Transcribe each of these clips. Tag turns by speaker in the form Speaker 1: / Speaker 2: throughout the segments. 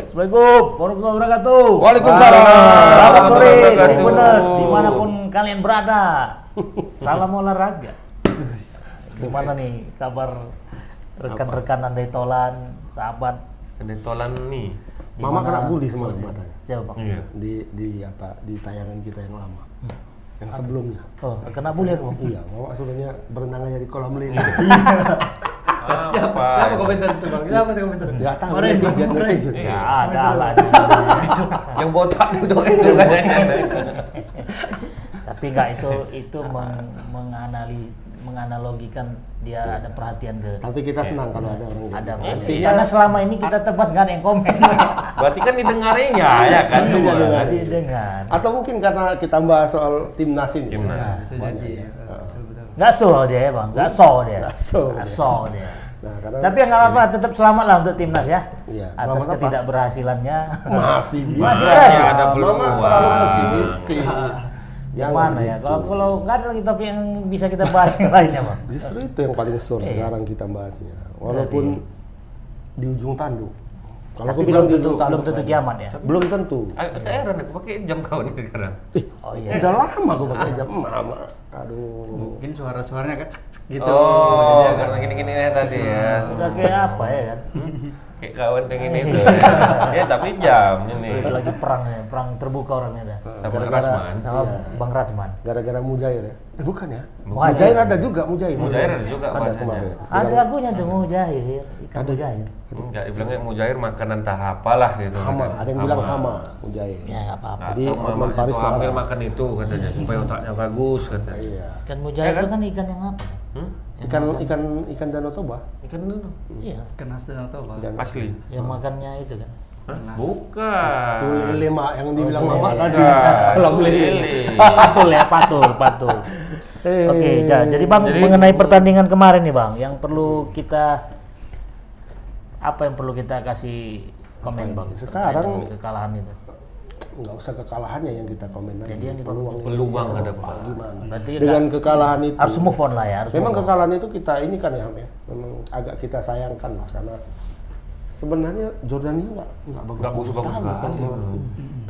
Speaker 1: Assalamualaikum warahmatullahi wabarakatuh.
Speaker 2: Waalaikumsalam.
Speaker 1: Selamat sore
Speaker 2: Warahmatullahi
Speaker 1: dari
Speaker 2: wabarakatuh.
Speaker 1: Benes, dimanapun kalian berada. Salam olahraga. Gimana nih kabar rekan-rekan andai tolan, sahabat?
Speaker 3: Kendentolan nih.
Speaker 2: Mama
Speaker 1: Gimana
Speaker 2: kena bully semalam katanya.
Speaker 1: Siapa bang?
Speaker 3: Iya.
Speaker 2: Di di apa di tayangan kita yang lama.
Speaker 4: Hmm.
Speaker 2: Yang sebelumnya.
Speaker 1: Oh, kena bully aku. Bang.
Speaker 2: Iya, Mama suruhnya berenang aja di kolam lele.
Speaker 3: Siapa?
Speaker 4: Siapa komentar itu bang? Siapa tuh komentar?
Speaker 2: Enggak tahu
Speaker 4: Marahin, Bang,
Speaker 2: netizen
Speaker 4: marahin.
Speaker 2: netizen.
Speaker 1: Ya
Speaker 3: Iya.
Speaker 1: ada lah.
Speaker 3: Yang botak itu itu kan saya.
Speaker 1: Tapi nggak itu itu meng- menganali- menganalogikan dia ada perhatian ke
Speaker 2: Tapi kita senang kalau ada orang
Speaker 1: ada
Speaker 2: gitu.
Speaker 1: berarti
Speaker 3: Artinya-
Speaker 1: karena selama ini kita tebas nggak ada yang komen
Speaker 3: Berarti kan didengarin ya, ya kan?
Speaker 2: Iya,
Speaker 3: Dua.
Speaker 2: iya,
Speaker 1: berarti dengar
Speaker 2: Atau mungkin karena kita bahas soal timnas ini.
Speaker 3: Timnas.
Speaker 2: Nah,
Speaker 4: Bisa
Speaker 2: banyak
Speaker 4: jadi
Speaker 2: ya.
Speaker 4: ya. Betul-betul.
Speaker 1: nggak so dia ya bang nggak so dia
Speaker 2: Nggak so
Speaker 1: Nggak
Speaker 2: dia.
Speaker 1: so dia
Speaker 2: Nah, karena
Speaker 1: tapi yang nggak apa-apa tetap selamat lah untuk timnas ya
Speaker 2: Iya,
Speaker 1: atas
Speaker 2: selamat apa?
Speaker 1: ketidakberhasilannya
Speaker 2: masih bisa.
Speaker 1: Masih
Speaker 3: ada
Speaker 2: Mama
Speaker 3: peluang.
Speaker 2: terlalu pesimistis.
Speaker 1: gimana ya
Speaker 2: gitu.
Speaker 1: kalau kalau nggak ada lagi topik yang bisa kita bahas yang lainnya bang
Speaker 2: Justru itu yang paling sore
Speaker 1: Iya.
Speaker 2: sekarang kita bahasnya. Walaupun di ujung tanduk. Kalau aku
Speaker 1: Tapi
Speaker 2: bilang
Speaker 1: belum
Speaker 2: di
Speaker 1: tentu
Speaker 2: ujung tanduk
Speaker 1: belum tentu
Speaker 2: tadi,
Speaker 1: kiamat ya
Speaker 2: Belum tentu.
Speaker 3: Aku saya heran Ah, aku pakai jam kawan ini sekarang.
Speaker 2: Ih,
Speaker 1: oh iya
Speaker 2: udah lama aku pakai jam mama. Aduh.
Speaker 4: Mungkin suara-suaranya kayak cek cek gitu.
Speaker 3: Oh,
Speaker 4: Jadi
Speaker 3: karena
Speaker 4: agak-
Speaker 3: gini-gini ya tadi ya.
Speaker 1: udah kayak apa ya kan
Speaker 3: Kayak kawan pengen itu. Ya, Ya, tapi jam ini.
Speaker 1: udah lagi perang ya perang terbuka orangnya dah
Speaker 3: Sama
Speaker 2: Gara-gara-
Speaker 3: Rasman.
Speaker 1: sama
Speaker 2: Iya.
Speaker 1: bang Rajman
Speaker 2: Gara-gara Mujair ya? Eh, bukan ya?
Speaker 1: Bukan.
Speaker 2: Mujair ada juga Mujair.
Speaker 3: Mujair ada juga
Speaker 2: ada
Speaker 3: bahasanya.
Speaker 2: kemarin.
Speaker 1: ada lagunya tuh Mujahir ikan
Speaker 2: Ada.
Speaker 1: Mujahir
Speaker 3: Enggak dibilangnya mujair makanan tak apalah gitu.
Speaker 2: Hama, ada yang bilang hama Mujair.
Speaker 1: ya nggak apa-apa
Speaker 3: Jadi
Speaker 2: Jadi, Hotman
Speaker 3: Hotman
Speaker 2: Paris
Speaker 3: Paris ambil
Speaker 2: makan.
Speaker 3: makan itu katanya supaya otaknya bagus katanya.
Speaker 2: Iya.
Speaker 1: Ikan mujair itu kan ikan yang apa?
Speaker 3: Hmm?
Speaker 2: Ikan ikan ikan Danau Toba.
Speaker 3: Ikan dulu.
Speaker 1: Iya,
Speaker 4: Kena sedang atau bang?
Speaker 2: Ikan
Speaker 3: Asli.
Speaker 1: yang
Speaker 2: Hmm.
Speaker 1: makannya itu kan.
Speaker 3: Hah? Bukan.
Speaker 2: Itu lele mak
Speaker 1: Oh,
Speaker 2: yang dibilang
Speaker 1: iya.
Speaker 2: mama tadi.
Speaker 3: Bukan.
Speaker 2: Kolam lele.
Speaker 1: patul ya, patul, patul.
Speaker 2: Eh.
Speaker 1: Oke, dah. jadi Bang
Speaker 3: Jadi-
Speaker 1: mengenai pertandingan kemarin nih Bang, yang perlu kita apa yang perlu kita kasih komen Bang
Speaker 2: Sekarang-
Speaker 1: terkait dengan kekalahan itu.
Speaker 2: nggak usah kekalahannya yang kita komen lagi.
Speaker 1: Jadi yang kita-
Speaker 2: peluang
Speaker 3: Peluang
Speaker 2: Indonesia
Speaker 3: ada
Speaker 2: ke depan
Speaker 3: Pak.
Speaker 2: gimana?
Speaker 1: Berarti
Speaker 2: Dengan kekalahan itu.
Speaker 1: harus move on lah ya, harus
Speaker 2: memang
Speaker 1: move on.
Speaker 2: kekalahan itu kita ini kan ya, Ham, ya. Memang agak kita sayangkan lah karena sebenarnya Jordania nggak nggak bagus
Speaker 3: Nggak bagus-bagus sekali.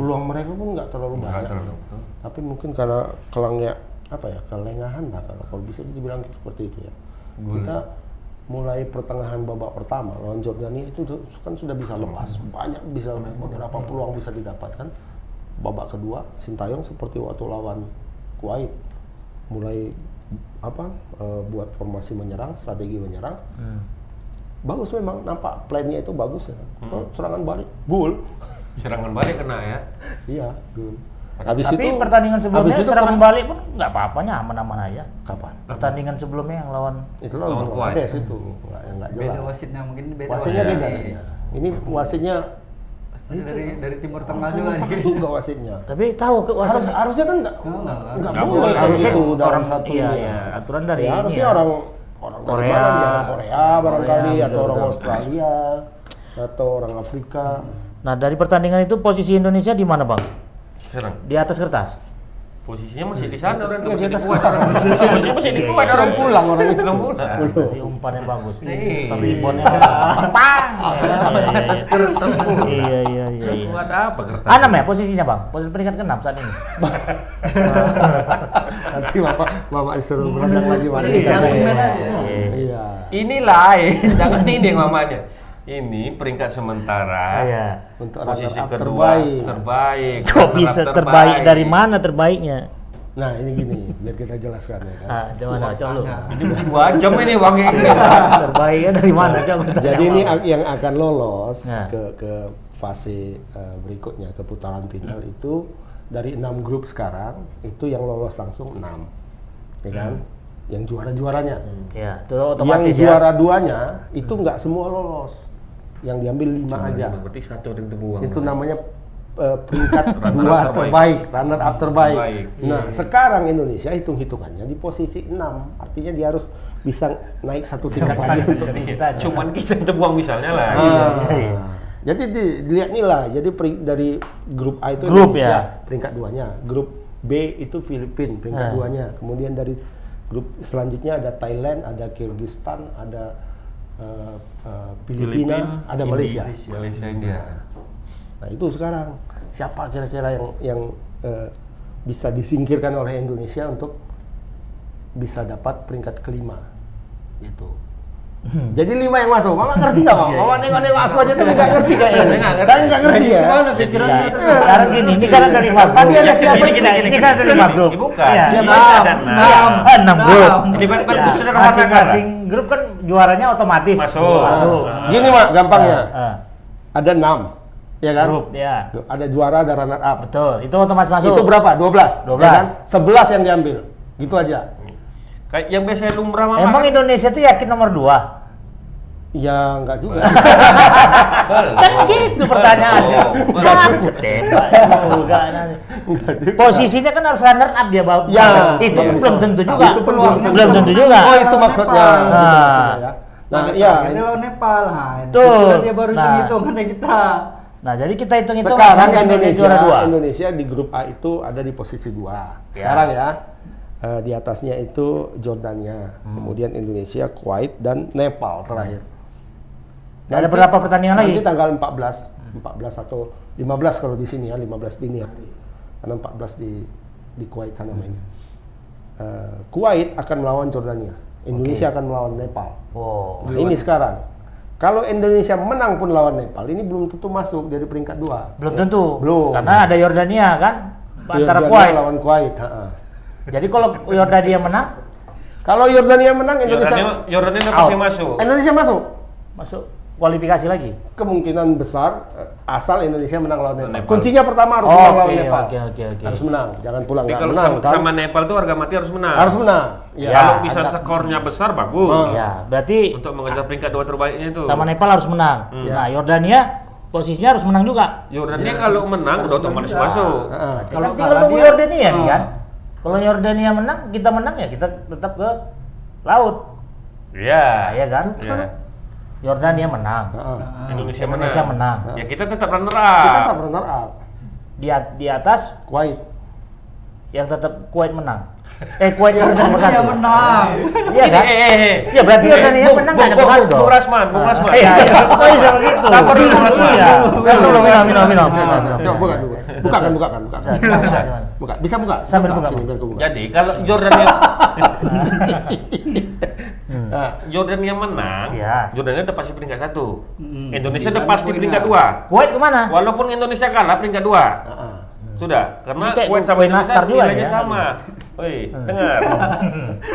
Speaker 2: Peluang mereka pun nggak terlalu
Speaker 3: Nggak
Speaker 2: banyak.
Speaker 3: terlalu.
Speaker 2: Tapi mungkin karena kelangnya apa ya kelengahan lah kalau kalau bisa dibilang seperti itu ya.
Speaker 1: Hmm.
Speaker 2: Kita mulai pertengahan babak pertama lawan Jordania itu tuh kan sudah bisa lepas
Speaker 1: Hmm.
Speaker 2: banyak bisa beberapa peluang bisa didapatkan babak kedua Sintayong seperti waktu lawan Kuwait mulai apa eh, buat formasi menyerang strategi menyerang
Speaker 1: Hmm.
Speaker 2: bagus memang nampak plannya itu bagus ya
Speaker 1: Hmm.
Speaker 2: Kalau serangan balik gol
Speaker 3: Serangan balik kena ya.
Speaker 2: iya gol habis
Speaker 1: Tapi
Speaker 2: itu
Speaker 1: pertandingan sebelumnya
Speaker 2: habis itu
Speaker 1: serangan
Speaker 2: kan-
Speaker 1: balik pun nggak apa-apa, aman-aman aja.
Speaker 2: kapan
Speaker 1: Pertandingan sebelumnya yang lawan
Speaker 2: itu lah
Speaker 3: Lawan
Speaker 2: belum
Speaker 3: Kuwait.
Speaker 2: ada situ nggak nggak jelas
Speaker 4: Beda wasitnya mungkin beda.
Speaker 2: wasitnya
Speaker 4: wasit
Speaker 2: beda iya.
Speaker 4: dari-
Speaker 2: kayaknya. ini wasitnya
Speaker 4: Wasitnya dari dari timur tengah
Speaker 2: Kan
Speaker 4: juga gitu.
Speaker 2: otak
Speaker 4: nih.
Speaker 2: juga wasitnya
Speaker 1: tapi tahu ke
Speaker 2: harus harusnya kan nggak
Speaker 4: Nggak,
Speaker 2: nggak-
Speaker 4: nggak.
Speaker 2: nggak
Speaker 3: Nggak
Speaker 2: boleh
Speaker 3: boleh,
Speaker 2: kayak
Speaker 3: harusnya
Speaker 2: gitu dalam
Speaker 1: orang-
Speaker 2: satu
Speaker 1: iya,
Speaker 2: ya.
Speaker 1: iya, aturan dari
Speaker 2: Ya,
Speaker 1: ini
Speaker 2: harusnya
Speaker 1: ya.
Speaker 2: orang orang dari
Speaker 1: Korea.
Speaker 2: mana, ya, Korea barangkali
Speaker 1: Korea,
Speaker 2: atau orang
Speaker 1: betul-betul.
Speaker 2: Australia atau orang Afrika
Speaker 1: Nah, dari pertandingan itu posisi Indonesia di mana, Bang?
Speaker 3: Serang.
Speaker 1: Di atas kertas.
Speaker 3: Posisinya masih di sana orang
Speaker 2: Nggak, Hmm. di atas
Speaker 3: kuat.
Speaker 2: kertas.
Speaker 3: Posisinya masih di kuat orang
Speaker 2: pulang orang itu Iya.
Speaker 3: Belum pulang.
Speaker 1: Kan Jadi umpan yang bagus. Iya.
Speaker 3: Nih.
Speaker 1: Putar ribonnya. Pang. kan Iya iya iya. iya.
Speaker 3: Kuat apa kertas?
Speaker 1: Enam ya posisinya bang, posisi peringkat ke-6 saat ini.
Speaker 2: nanti mama mama disuruh berenang lagi mana
Speaker 4: Iya,
Speaker 2: sana ya.
Speaker 4: gimana aja.
Speaker 2: iya
Speaker 3: Ini lain, jangan ini yang mamanya. Ini peringkat sementara.
Speaker 1: Iya.
Speaker 2: untuk
Speaker 3: Posisi
Speaker 2: runner up
Speaker 3: kedua
Speaker 2: terbaik
Speaker 3: terbaik.
Speaker 1: Kok
Speaker 3: runner-up
Speaker 1: bisa terbaik dari mana terbaiknya?
Speaker 2: nah ini gini biar kita jelaskan ya kan
Speaker 1: Ah, dari mana? Coba lu.
Speaker 3: Ini dua jam ini bang ini.
Speaker 2: Iya.
Speaker 1: Terbaiknya dari mana? Coba lu tanya,
Speaker 2: Jadi ini
Speaker 1: Bang.
Speaker 2: ak- yang akan lolos
Speaker 1: Nah.
Speaker 2: ke ke fase eh, berikutnya ke putaran final itu dari enam grup sekarang itu yang lolos langsung enam, ya kan? Yang juara juaranya,
Speaker 1: ya, itu
Speaker 2: yang
Speaker 1: otomatis ya.
Speaker 2: juara duanya itu nggak semua lolos, yang diambil lima aja.
Speaker 3: Berarti satu yang terbuang.
Speaker 2: Itu namanya eh, peringkat
Speaker 3: Runner
Speaker 2: dua
Speaker 3: up terbaik.
Speaker 2: terbaik, runner up terbaik.
Speaker 3: Terbaik.
Speaker 2: Nah sekarang Indonesia hitung hitungannya di posisi enam, artinya dia harus bisa naik satu tingkat lagi untuk
Speaker 3: Iya, Cuman kita yang terbuang misalnya lah. Iya.
Speaker 1: Iya,
Speaker 2: Ah. Jadi di- dilihat nilai. Jadi peri- dari grup A itu
Speaker 1: Grup
Speaker 2: Indonesia peringkat duanya. Grup B itu Filipina peringkat
Speaker 1: Ah.
Speaker 2: duanya. Kemudian dari grup selanjutnya ada Thailand, ada Kyrgyzstan, ada eh, eh, Filipina, ada Malaysia.
Speaker 3: Malaysia India.
Speaker 2: Nah itu sekarang siapa kira-kira yang yang eh, bisa disingkirkan oleh Indonesia untuk bisa dapat peringkat kelima gitu. Jadi lima yang masuk, mama ngerti nggak mama? Mama tengok-tengok aku aja tapi nggak ngerti kayaknya.
Speaker 3: Saya nggak ngerti.
Speaker 2: Kalian nggak ngerti ya?
Speaker 4: Gimana pikirannya?
Speaker 1: Nah, sekarang gini, ini kan ada 50.
Speaker 2: Tadi ada siapa
Speaker 1: ini? Kita, ini kan ada lima grup.
Speaker 3: Ini bukan.
Speaker 1: Iya.
Speaker 3: Siapa?
Speaker 1: Enam.
Speaker 3: Enam.
Speaker 1: Ah, enam grup.
Speaker 3: Ini kan kan
Speaker 1: Ya,
Speaker 3: sudah
Speaker 1: Masing-masing grup kan juaranya otomatis Iya.
Speaker 3: Masuk.
Speaker 1: Masuk.
Speaker 2: Gini mak, gampangnya
Speaker 1: Ah,
Speaker 2: ada enam, ya Iya kan?
Speaker 1: Grup, ya.
Speaker 2: Ada juara, ada runner up.
Speaker 1: Betul. Itu otomatis masuk.
Speaker 2: Itu berapa? 12.
Speaker 1: 12.
Speaker 2: Ya kan? 11 yang diambil. Gitu aja.
Speaker 3: Kayak yang biasanya lumrah mama.
Speaker 1: Emang Indonesia tuh yakin nomor 2?
Speaker 2: Ya nggak juga.
Speaker 3: Belum.
Speaker 1: Kan gitu pertanyaannya.
Speaker 3: Belum.
Speaker 1: Kan aku tembak. Oh, enggak, nanti. Posisinya kan harus runner up dia Bang.
Speaker 2: Ya,
Speaker 1: itu
Speaker 2: betul.
Speaker 1: pun belum tentu juga.
Speaker 2: Itu pun belum tentu.
Speaker 1: Belum tentu juga. Ah.
Speaker 2: Oh itu maksudnya.
Speaker 4: Nah.
Speaker 2: Itu maksudnya ya. Nah, iya.
Speaker 4: Ini lawan Nepal. Nah, itu
Speaker 1: Tuh.
Speaker 4: kan dia baru
Speaker 1: Nah.
Speaker 4: hitung kan kita.
Speaker 1: Nah, jadi kita hitung-hitung
Speaker 2: Sekarang
Speaker 1: misalnya
Speaker 2: Indonesia,
Speaker 1: juara dua.
Speaker 2: Indonesia di grup A itu ada di posisi dua.
Speaker 1: Ya.
Speaker 2: Sekarang ya. eh, di atasnya itu Jordania,
Speaker 1: Hmm.
Speaker 2: kemudian Indonesia, Kuwait dan Nepal terakhir.
Speaker 1: Nah, ada berapa pertandingan lagi?
Speaker 2: Nanti tanggal 14, 14 atau 15 kalau di sini ya, 15 dini hari. Karena 14 di di Kuwait sana mainnya. Eh, Kuwait akan melawan Jordania, Indonesia akan melawan Nepal.
Speaker 1: Wow.
Speaker 2: Nah, ini sekarang. Kalau Indonesia menang pun lawan Nepal, ini belum tentu masuk dari peringkat dua.
Speaker 1: Belum tentu.
Speaker 2: Belum.
Speaker 1: Karena ada Yordania kan antara
Speaker 2: Yordania
Speaker 1: Kuwait.
Speaker 2: lawan Kuwait. ha-ha.
Speaker 1: Jadi kalau Yordania menang
Speaker 2: Kalau Yordania menang, Indonesia
Speaker 3: Yordania Yordania udah pasti
Speaker 1: Out.
Speaker 3: masuk.
Speaker 2: Indonesia masuk.
Speaker 1: masuk kualifikasi lagi.
Speaker 2: Kemungkinan besar eh, asal Indonesia menang lawan Nepal.
Speaker 3: Nepal.
Speaker 2: Kuncinya pertama
Speaker 1: Oh,
Speaker 2: harus menang lawan
Speaker 1: oke,
Speaker 2: Nepal.
Speaker 1: oke, oke, oke.
Speaker 2: Harus menang, jangan pulang
Speaker 3: Tapi
Speaker 2: nggak
Speaker 3: kalau
Speaker 2: menang
Speaker 3: sama,
Speaker 2: kan?
Speaker 3: sama Nepal tuh harga mati harus menang.
Speaker 2: Harus menang. Iya.
Speaker 1: Ya,
Speaker 3: Kalau bisa
Speaker 2: agak-
Speaker 3: skornya besar bagus.
Speaker 1: Iya, berarti
Speaker 3: Untuk mengejar peringkat dua terbaiknya itu.
Speaker 1: sama Nepal harus menang.
Speaker 3: Hmm.
Speaker 2: Ya.
Speaker 1: Nah, Yordania posisinya harus menang juga.
Speaker 3: Yordania
Speaker 1: Iya.
Speaker 3: kalau menang udah otomatis masuk.
Speaker 2: Heeh.
Speaker 1: Kalau
Speaker 4: Kalau
Speaker 1: tinggal
Speaker 4: kalah
Speaker 1: nunggu
Speaker 4: dia-
Speaker 1: Yordania nih
Speaker 4: Oh.
Speaker 1: kan. Kalau Yordania menang, kita menang ya kita tetap ke laut.
Speaker 3: Iya.
Speaker 1: Nah, ya kan?
Speaker 3: Iya.
Speaker 1: Yordania menang.
Speaker 3: Nah. Ah.
Speaker 2: Heeh.
Speaker 4: Iya,
Speaker 3: Indonesia,
Speaker 1: Indonesia menang.
Speaker 3: Ya kita tetap runner
Speaker 2: Kita
Speaker 3: up.
Speaker 2: tetap runner up.
Speaker 1: Di at- di atas
Speaker 2: ah, Kuwait.
Speaker 1: yang tetap Kuwait menang. Eh Kuwait yang nomor
Speaker 4: kan? Dia
Speaker 1: satu.
Speaker 4: menang.
Speaker 1: Iya kan?
Speaker 3: Eh, eh, eh.
Speaker 1: Ya berarti
Speaker 3: Eh,
Speaker 1: Yordania
Speaker 3: Bung,
Speaker 1: menang nggak
Speaker 3: Bung,
Speaker 1: ada
Speaker 3: Bung,
Speaker 1: pengaruh
Speaker 3: Bung
Speaker 1: dong.
Speaker 3: Rasman, Bung
Speaker 1: Ah,
Speaker 3: Rasman.
Speaker 1: Iya, iya. Kok bisa begitu?
Speaker 3: Sabar dulu, Bung Rasman.
Speaker 1: Iya. Sabar dulu, minum, minum, minum. Saya, saya, saya,
Speaker 2: Coba
Speaker 1: saya.
Speaker 2: buka dulu. Bukakan, bukakan, bukakan.
Speaker 1: Gimana, gimana, gimana?
Speaker 2: Buka. Bisa buka?
Speaker 1: Sambil buka,
Speaker 2: Sini,
Speaker 1: Bu.
Speaker 2: biar aku buka.
Speaker 3: Jadi kalau Jordania
Speaker 2: Nah,
Speaker 3: Jordania menang,
Speaker 1: Iya.
Speaker 3: Jordania udah pasti peringkat satu.
Speaker 4: Mm.
Speaker 3: Indonesia udah
Speaker 4: Sembilan
Speaker 3: pasti
Speaker 4: poinnya.
Speaker 3: peringkat dua.
Speaker 1: Kuwait kemana?
Speaker 3: Walaupun Indonesia kalah peringkat dua,
Speaker 2: heeh.
Speaker 3: sudah. Karena
Speaker 1: Ini kayak
Speaker 3: Kuwait sama
Speaker 1: poin
Speaker 3: Indonesia
Speaker 1: nastar juga
Speaker 3: nilainya
Speaker 1: ya.
Speaker 3: sama. Woi, dengar.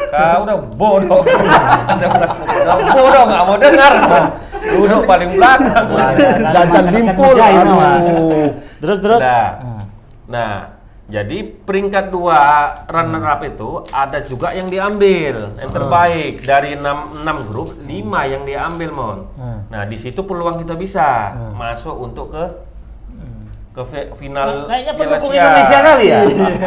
Speaker 3: Kau udah bodoh. Udah bodoh nggak mau dengar. Duduk paling belakang.
Speaker 2: Nah,
Speaker 1: Wah, ada- ada
Speaker 2: Jajan
Speaker 1: makan-makan
Speaker 2: limpul.
Speaker 1: menjahit, Pak.
Speaker 2: Aduh.
Speaker 1: Terus terus.
Speaker 3: Nah,
Speaker 1: Hmm.
Speaker 3: nah, jadi peringkat dua runner up
Speaker 1: Hmm.
Speaker 3: itu ada juga yang diambil yang terbaik dari 6 6 grup 5 yang diambil mon.
Speaker 1: Hmm.
Speaker 3: Nah, di situ peluang kita bisa masuk untuk ke
Speaker 1: Hmm.
Speaker 3: ke fi-
Speaker 1: Nah,
Speaker 3: final
Speaker 1: Kayaknya
Speaker 3: Piala
Speaker 1: pendukung
Speaker 3: Asia. Iya.
Speaker 1: Indonesia kali ya.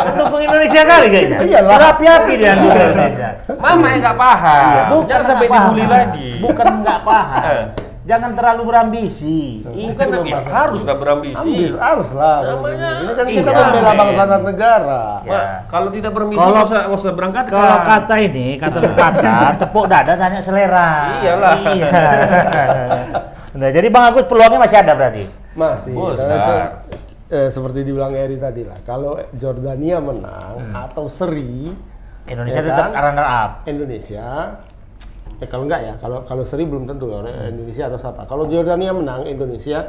Speaker 1: pendukung Indonesia kali kayaknya.
Speaker 2: Iyalah.
Speaker 1: Berapi-api dia pendukung Indonesia.
Speaker 3: Mama yang nggak paham. Iya. Nah, Jangan
Speaker 1: Iya. nggak
Speaker 3: sampai
Speaker 1: paham.
Speaker 3: dibully lagi.
Speaker 1: Bukan nggak paham.
Speaker 3: Eh.
Speaker 1: Jangan terlalu berambisi.
Speaker 3: Bukan ya, harus lah berambisi.
Speaker 2: Ambil, harus lah.
Speaker 3: Namanya-
Speaker 2: Ini kan kita
Speaker 1: Iya.
Speaker 2: membela bangsa dan negara.
Speaker 1: Ya.
Speaker 3: Ma, Kalau tidak berambisi,
Speaker 1: Kalau-
Speaker 3: nggak usah nggak usah berangkat.
Speaker 1: Kalau kata ini, kata berkata, tepuk dada tanya selera.
Speaker 3: Iyalah.
Speaker 1: Iya. nah, jadi Bang Agus peluangnya masih ada berarti.
Speaker 2: Masih.
Speaker 3: Besar.
Speaker 2: Karena se- eh, seperti dibilang Eri tadi lah, kalau Jordania menang atau seri,
Speaker 1: Indonesia
Speaker 2: ya
Speaker 1: tetap
Speaker 2: kan?
Speaker 1: runner up.
Speaker 2: Indonesia eh kalau enggak ya kalau kalau seri belum tentu ya, Indonesia atau siapa kalau Jordania menang Indonesia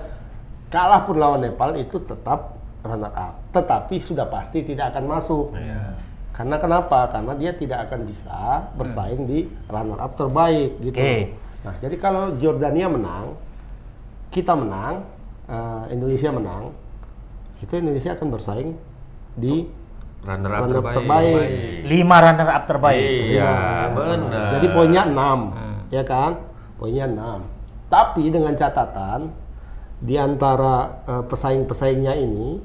Speaker 2: kalah pun lawan Nepal itu tetap runner up tetapi sudah pasti tidak akan masuk karena kenapa karena dia tidak akan bisa bersaing di runner up terbaik gitu
Speaker 1: Oke.
Speaker 2: nah jadi kalau Jordania menang kita menang eh, Indonesia menang itu Indonesia akan bersaing di
Speaker 3: Runner up
Speaker 2: Runner up
Speaker 3: terbaik.
Speaker 2: terbaik.
Speaker 1: Lima runner up terbaik.
Speaker 3: Iya, benar. Ah.
Speaker 2: Jadi poinnya 6, ya kan? Poinnya 6. Tapi dengan catatan di antara eh, pesaing-pesaingnya ini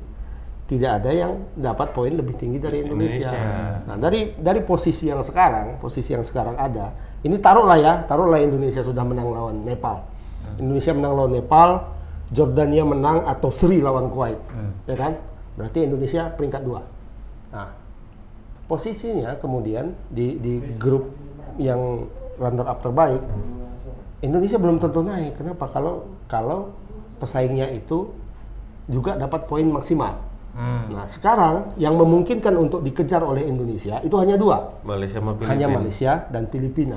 Speaker 2: tidak ada yang dapat poin lebih tinggi dari Indonesia.
Speaker 3: Indonesia.
Speaker 2: Nah, dari dari posisi yang sekarang, posisi yang sekarang ada. Ini taruhlah ya, taruhlah Indonesia sudah menang lawan Nepal.
Speaker 3: Ah.
Speaker 2: Indonesia menang lawan Nepal, Jordania menang atau seri lawan Kuwait.
Speaker 3: Ah.
Speaker 2: Ya kan? Berarti Indonesia peringkat dua. Nah, posisinya kemudian di di grup yang runner up terbaik Indonesia belum tentu naik. Kenapa? Kalau kalau pesaingnya itu juga dapat poin maksimal.
Speaker 3: Hmm.
Speaker 2: Nah sekarang yang memungkinkan untuk dikejar oleh Indonesia itu hanya dua,
Speaker 3: Malaysia sama Filipina. Ya.
Speaker 2: hanya Malaysia dan Filipina.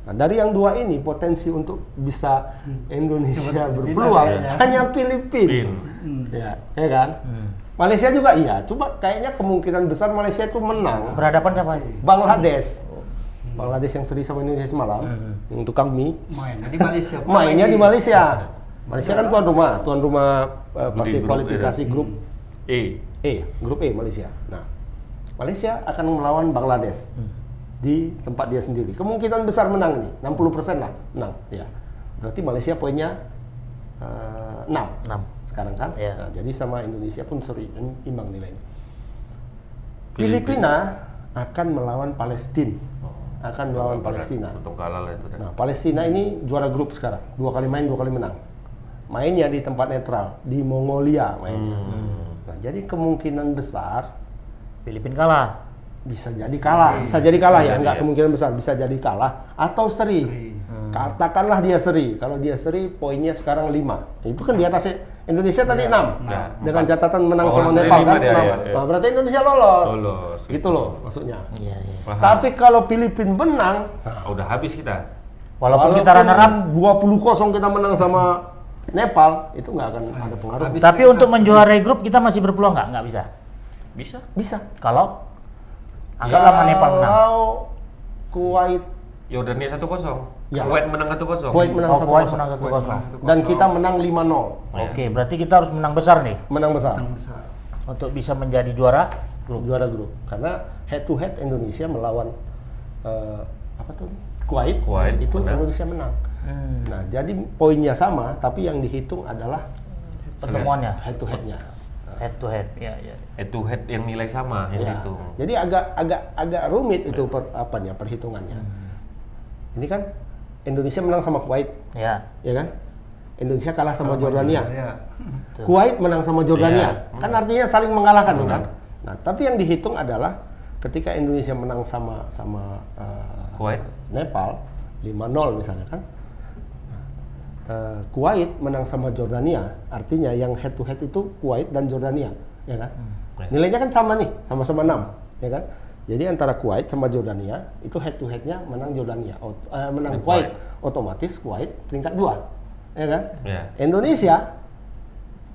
Speaker 2: Nah dari yang dua ini potensi untuk bisa Indonesia berpeluang
Speaker 4: kayaknya.
Speaker 2: hanya Filipina.
Speaker 3: Filipina. Hmm.
Speaker 2: Ya, ya kan? Malaysia juga iya, cuma kayaknya kemungkinan besar Malaysia itu menang.
Speaker 1: Berhadapan siapa?
Speaker 2: Bangladesh. Bangladesh yang seri sama Indonesia semalam, yang tukang mie,
Speaker 4: main di Malaysia
Speaker 2: mainnya di Malaysia. Malaysia kan tuan rumah, tuan rumah eh, pasti
Speaker 3: grup E.
Speaker 2: kualifikasi grup
Speaker 3: Eh,
Speaker 2: E, grup E Malaysia. Nah, Malaysia akan melawan Bangladesh
Speaker 3: Hmm.
Speaker 2: di tempat dia sendiri. Kemungkinan besar menang nih, 60% lah menang. Ya, berarti Malaysia poinnya eh, 6
Speaker 1: Enam.
Speaker 2: sekarang kan.
Speaker 1: Ya.
Speaker 2: Nah, jadi sama Indonesia pun seri im- imbang nilainya.
Speaker 3: Filipina.
Speaker 2: Filipina akan melawan Palestina. Akan melawan Palestina.
Speaker 3: Untung kalah lah itu deh.
Speaker 2: Nah, Palestina ini juara grup sekarang. Dua kali main, dua kali menang. Mainnya di tempat netral, di Mongolia mainnya. Nah, jadi kemungkinan besar
Speaker 1: Filipina kalah.
Speaker 2: bisa jadi
Speaker 3: Hmm.
Speaker 2: kalah, bisa jadi kalah ya,
Speaker 3: Jadi
Speaker 2: nggak
Speaker 3: ya.
Speaker 2: kemungkinan besar bisa jadi kalah atau seri.
Speaker 3: hmm.
Speaker 2: Katakanlah dia seri, kalau dia seri poinnya sekarang 5. Itu kan di atas Indonesia tadi 6.
Speaker 3: Ya,
Speaker 2: Dengan catatan menang
Speaker 3: Oh,
Speaker 2: sama
Speaker 3: seri
Speaker 2: Nepal
Speaker 3: lima
Speaker 2: kan.
Speaker 3: dia,
Speaker 2: enam.
Speaker 3: ya, ya.
Speaker 2: Nah, berarti Indonesia lolos.
Speaker 3: Lolos,
Speaker 2: Gitu, loh maksudnya.
Speaker 1: Iya, iya.
Speaker 3: Paham.
Speaker 2: Tapi kalau Filipina menang,
Speaker 3: Ah, udah habis kita.
Speaker 1: Walaupun kita runner-up,
Speaker 2: 20-0 kita menang sama Nepal, itu nggak akan ada pengaruh.
Speaker 4: Habis.
Speaker 1: tapi untuk menjuarai grup kita masih berpeluang nggak? Nggak bisa.
Speaker 3: Bisa.
Speaker 2: Bisa. Ya.
Speaker 1: Kalau anggaplah Nepal menang.
Speaker 2: Kalau Kuwait
Speaker 3: Yordania 1-0.
Speaker 2: Ya.
Speaker 3: Kuwait menang 1-0.
Speaker 2: Kuwait menang Iya.
Speaker 1: Oh, Kuwait
Speaker 2: 1-0.
Speaker 1: menang 1-0.
Speaker 2: dan kita menang 5-0
Speaker 3: Ya.
Speaker 1: Oke, berarti kita harus menang besar nih
Speaker 2: menang besar
Speaker 4: Besar.
Speaker 1: untuk bisa menjadi juara.
Speaker 2: grup juara grup karena head to head Indonesia melawan eh, apa tuh Kuwait,
Speaker 3: Kuwait,
Speaker 2: itu
Speaker 3: benar.
Speaker 2: Indonesia menang nah jadi poinnya sama tapi yang dihitung adalah
Speaker 1: Pertemuannya
Speaker 2: head to headnya
Speaker 1: head to head. Iya, iya.
Speaker 3: Head to head yang nilai sama yang
Speaker 2: Ya.
Speaker 3: dihitung.
Speaker 2: jadi agak agak agak rumit itu per, apanya perhitungannya ini kan Indonesia menang sama Kuwait
Speaker 1: Iya.
Speaker 2: ya kan Indonesia kalah sama Jordania
Speaker 4: Ya.
Speaker 1: Betul.
Speaker 2: Kuwait menang sama
Speaker 3: Iya.
Speaker 2: Jordania. Kan artinya saling mengalahkan tuh kan. Nah, tapi yang dihitung adalah ketika Indonesia menang sama sama eh,
Speaker 3: Kuwait.
Speaker 2: Nepal 5-0 misalnya kan. Nah, eh, Kuwait menang sama Jordania, artinya yang head to head itu Kuwait dan Jordania, ya kan? Nilainya kan sama nih, sama-sama 6, ya kan? Jadi antara Kuwait sama Jordania itu head to headnya menang Jordania, ot- eh, menang
Speaker 3: Menang
Speaker 2: Kuwait. Otomatis Kuwait peringkat 2. Ya kan?
Speaker 3: Ya.
Speaker 2: Indonesia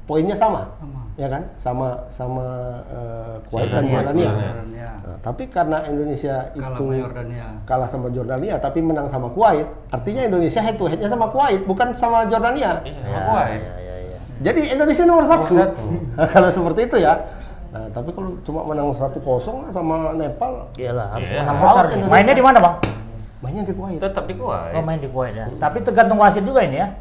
Speaker 2: poinnya sama,
Speaker 4: Sama.
Speaker 2: ya kan sama sama eh, Kuwait dan
Speaker 3: Jordania.
Speaker 2: Jordania.
Speaker 4: Jordania.
Speaker 2: Nah, tapi karena Indonesia
Speaker 4: iya. Kalah
Speaker 2: itu
Speaker 4: sama iya. Yordania.
Speaker 2: kalah sama Jordania tapi menang sama Kuwait, artinya Indonesia head to headnya sama Kuwait bukan sama Jordania.
Speaker 3: Iya,
Speaker 1: Iya,
Speaker 3: Kuwait.
Speaker 1: iya, iya, iya.
Speaker 2: Jadi Indonesia nomor satu.
Speaker 3: satu.
Speaker 2: kalau seperti itu ya. Nah, tapi kalau cuma menang 1-0 sama Nepal,
Speaker 1: Iyalah, harus
Speaker 3: Iya.
Speaker 1: menang besar. nih.
Speaker 2: Indonesia.
Speaker 1: Oh, Mainnya di mana, Bang?
Speaker 2: mainnya di Kuwait.
Speaker 3: Tetap di Kuwait.
Speaker 1: Oh, main di Kuwait
Speaker 2: Iya.
Speaker 1: ya. Tapi tergantung wasit juga ini ya.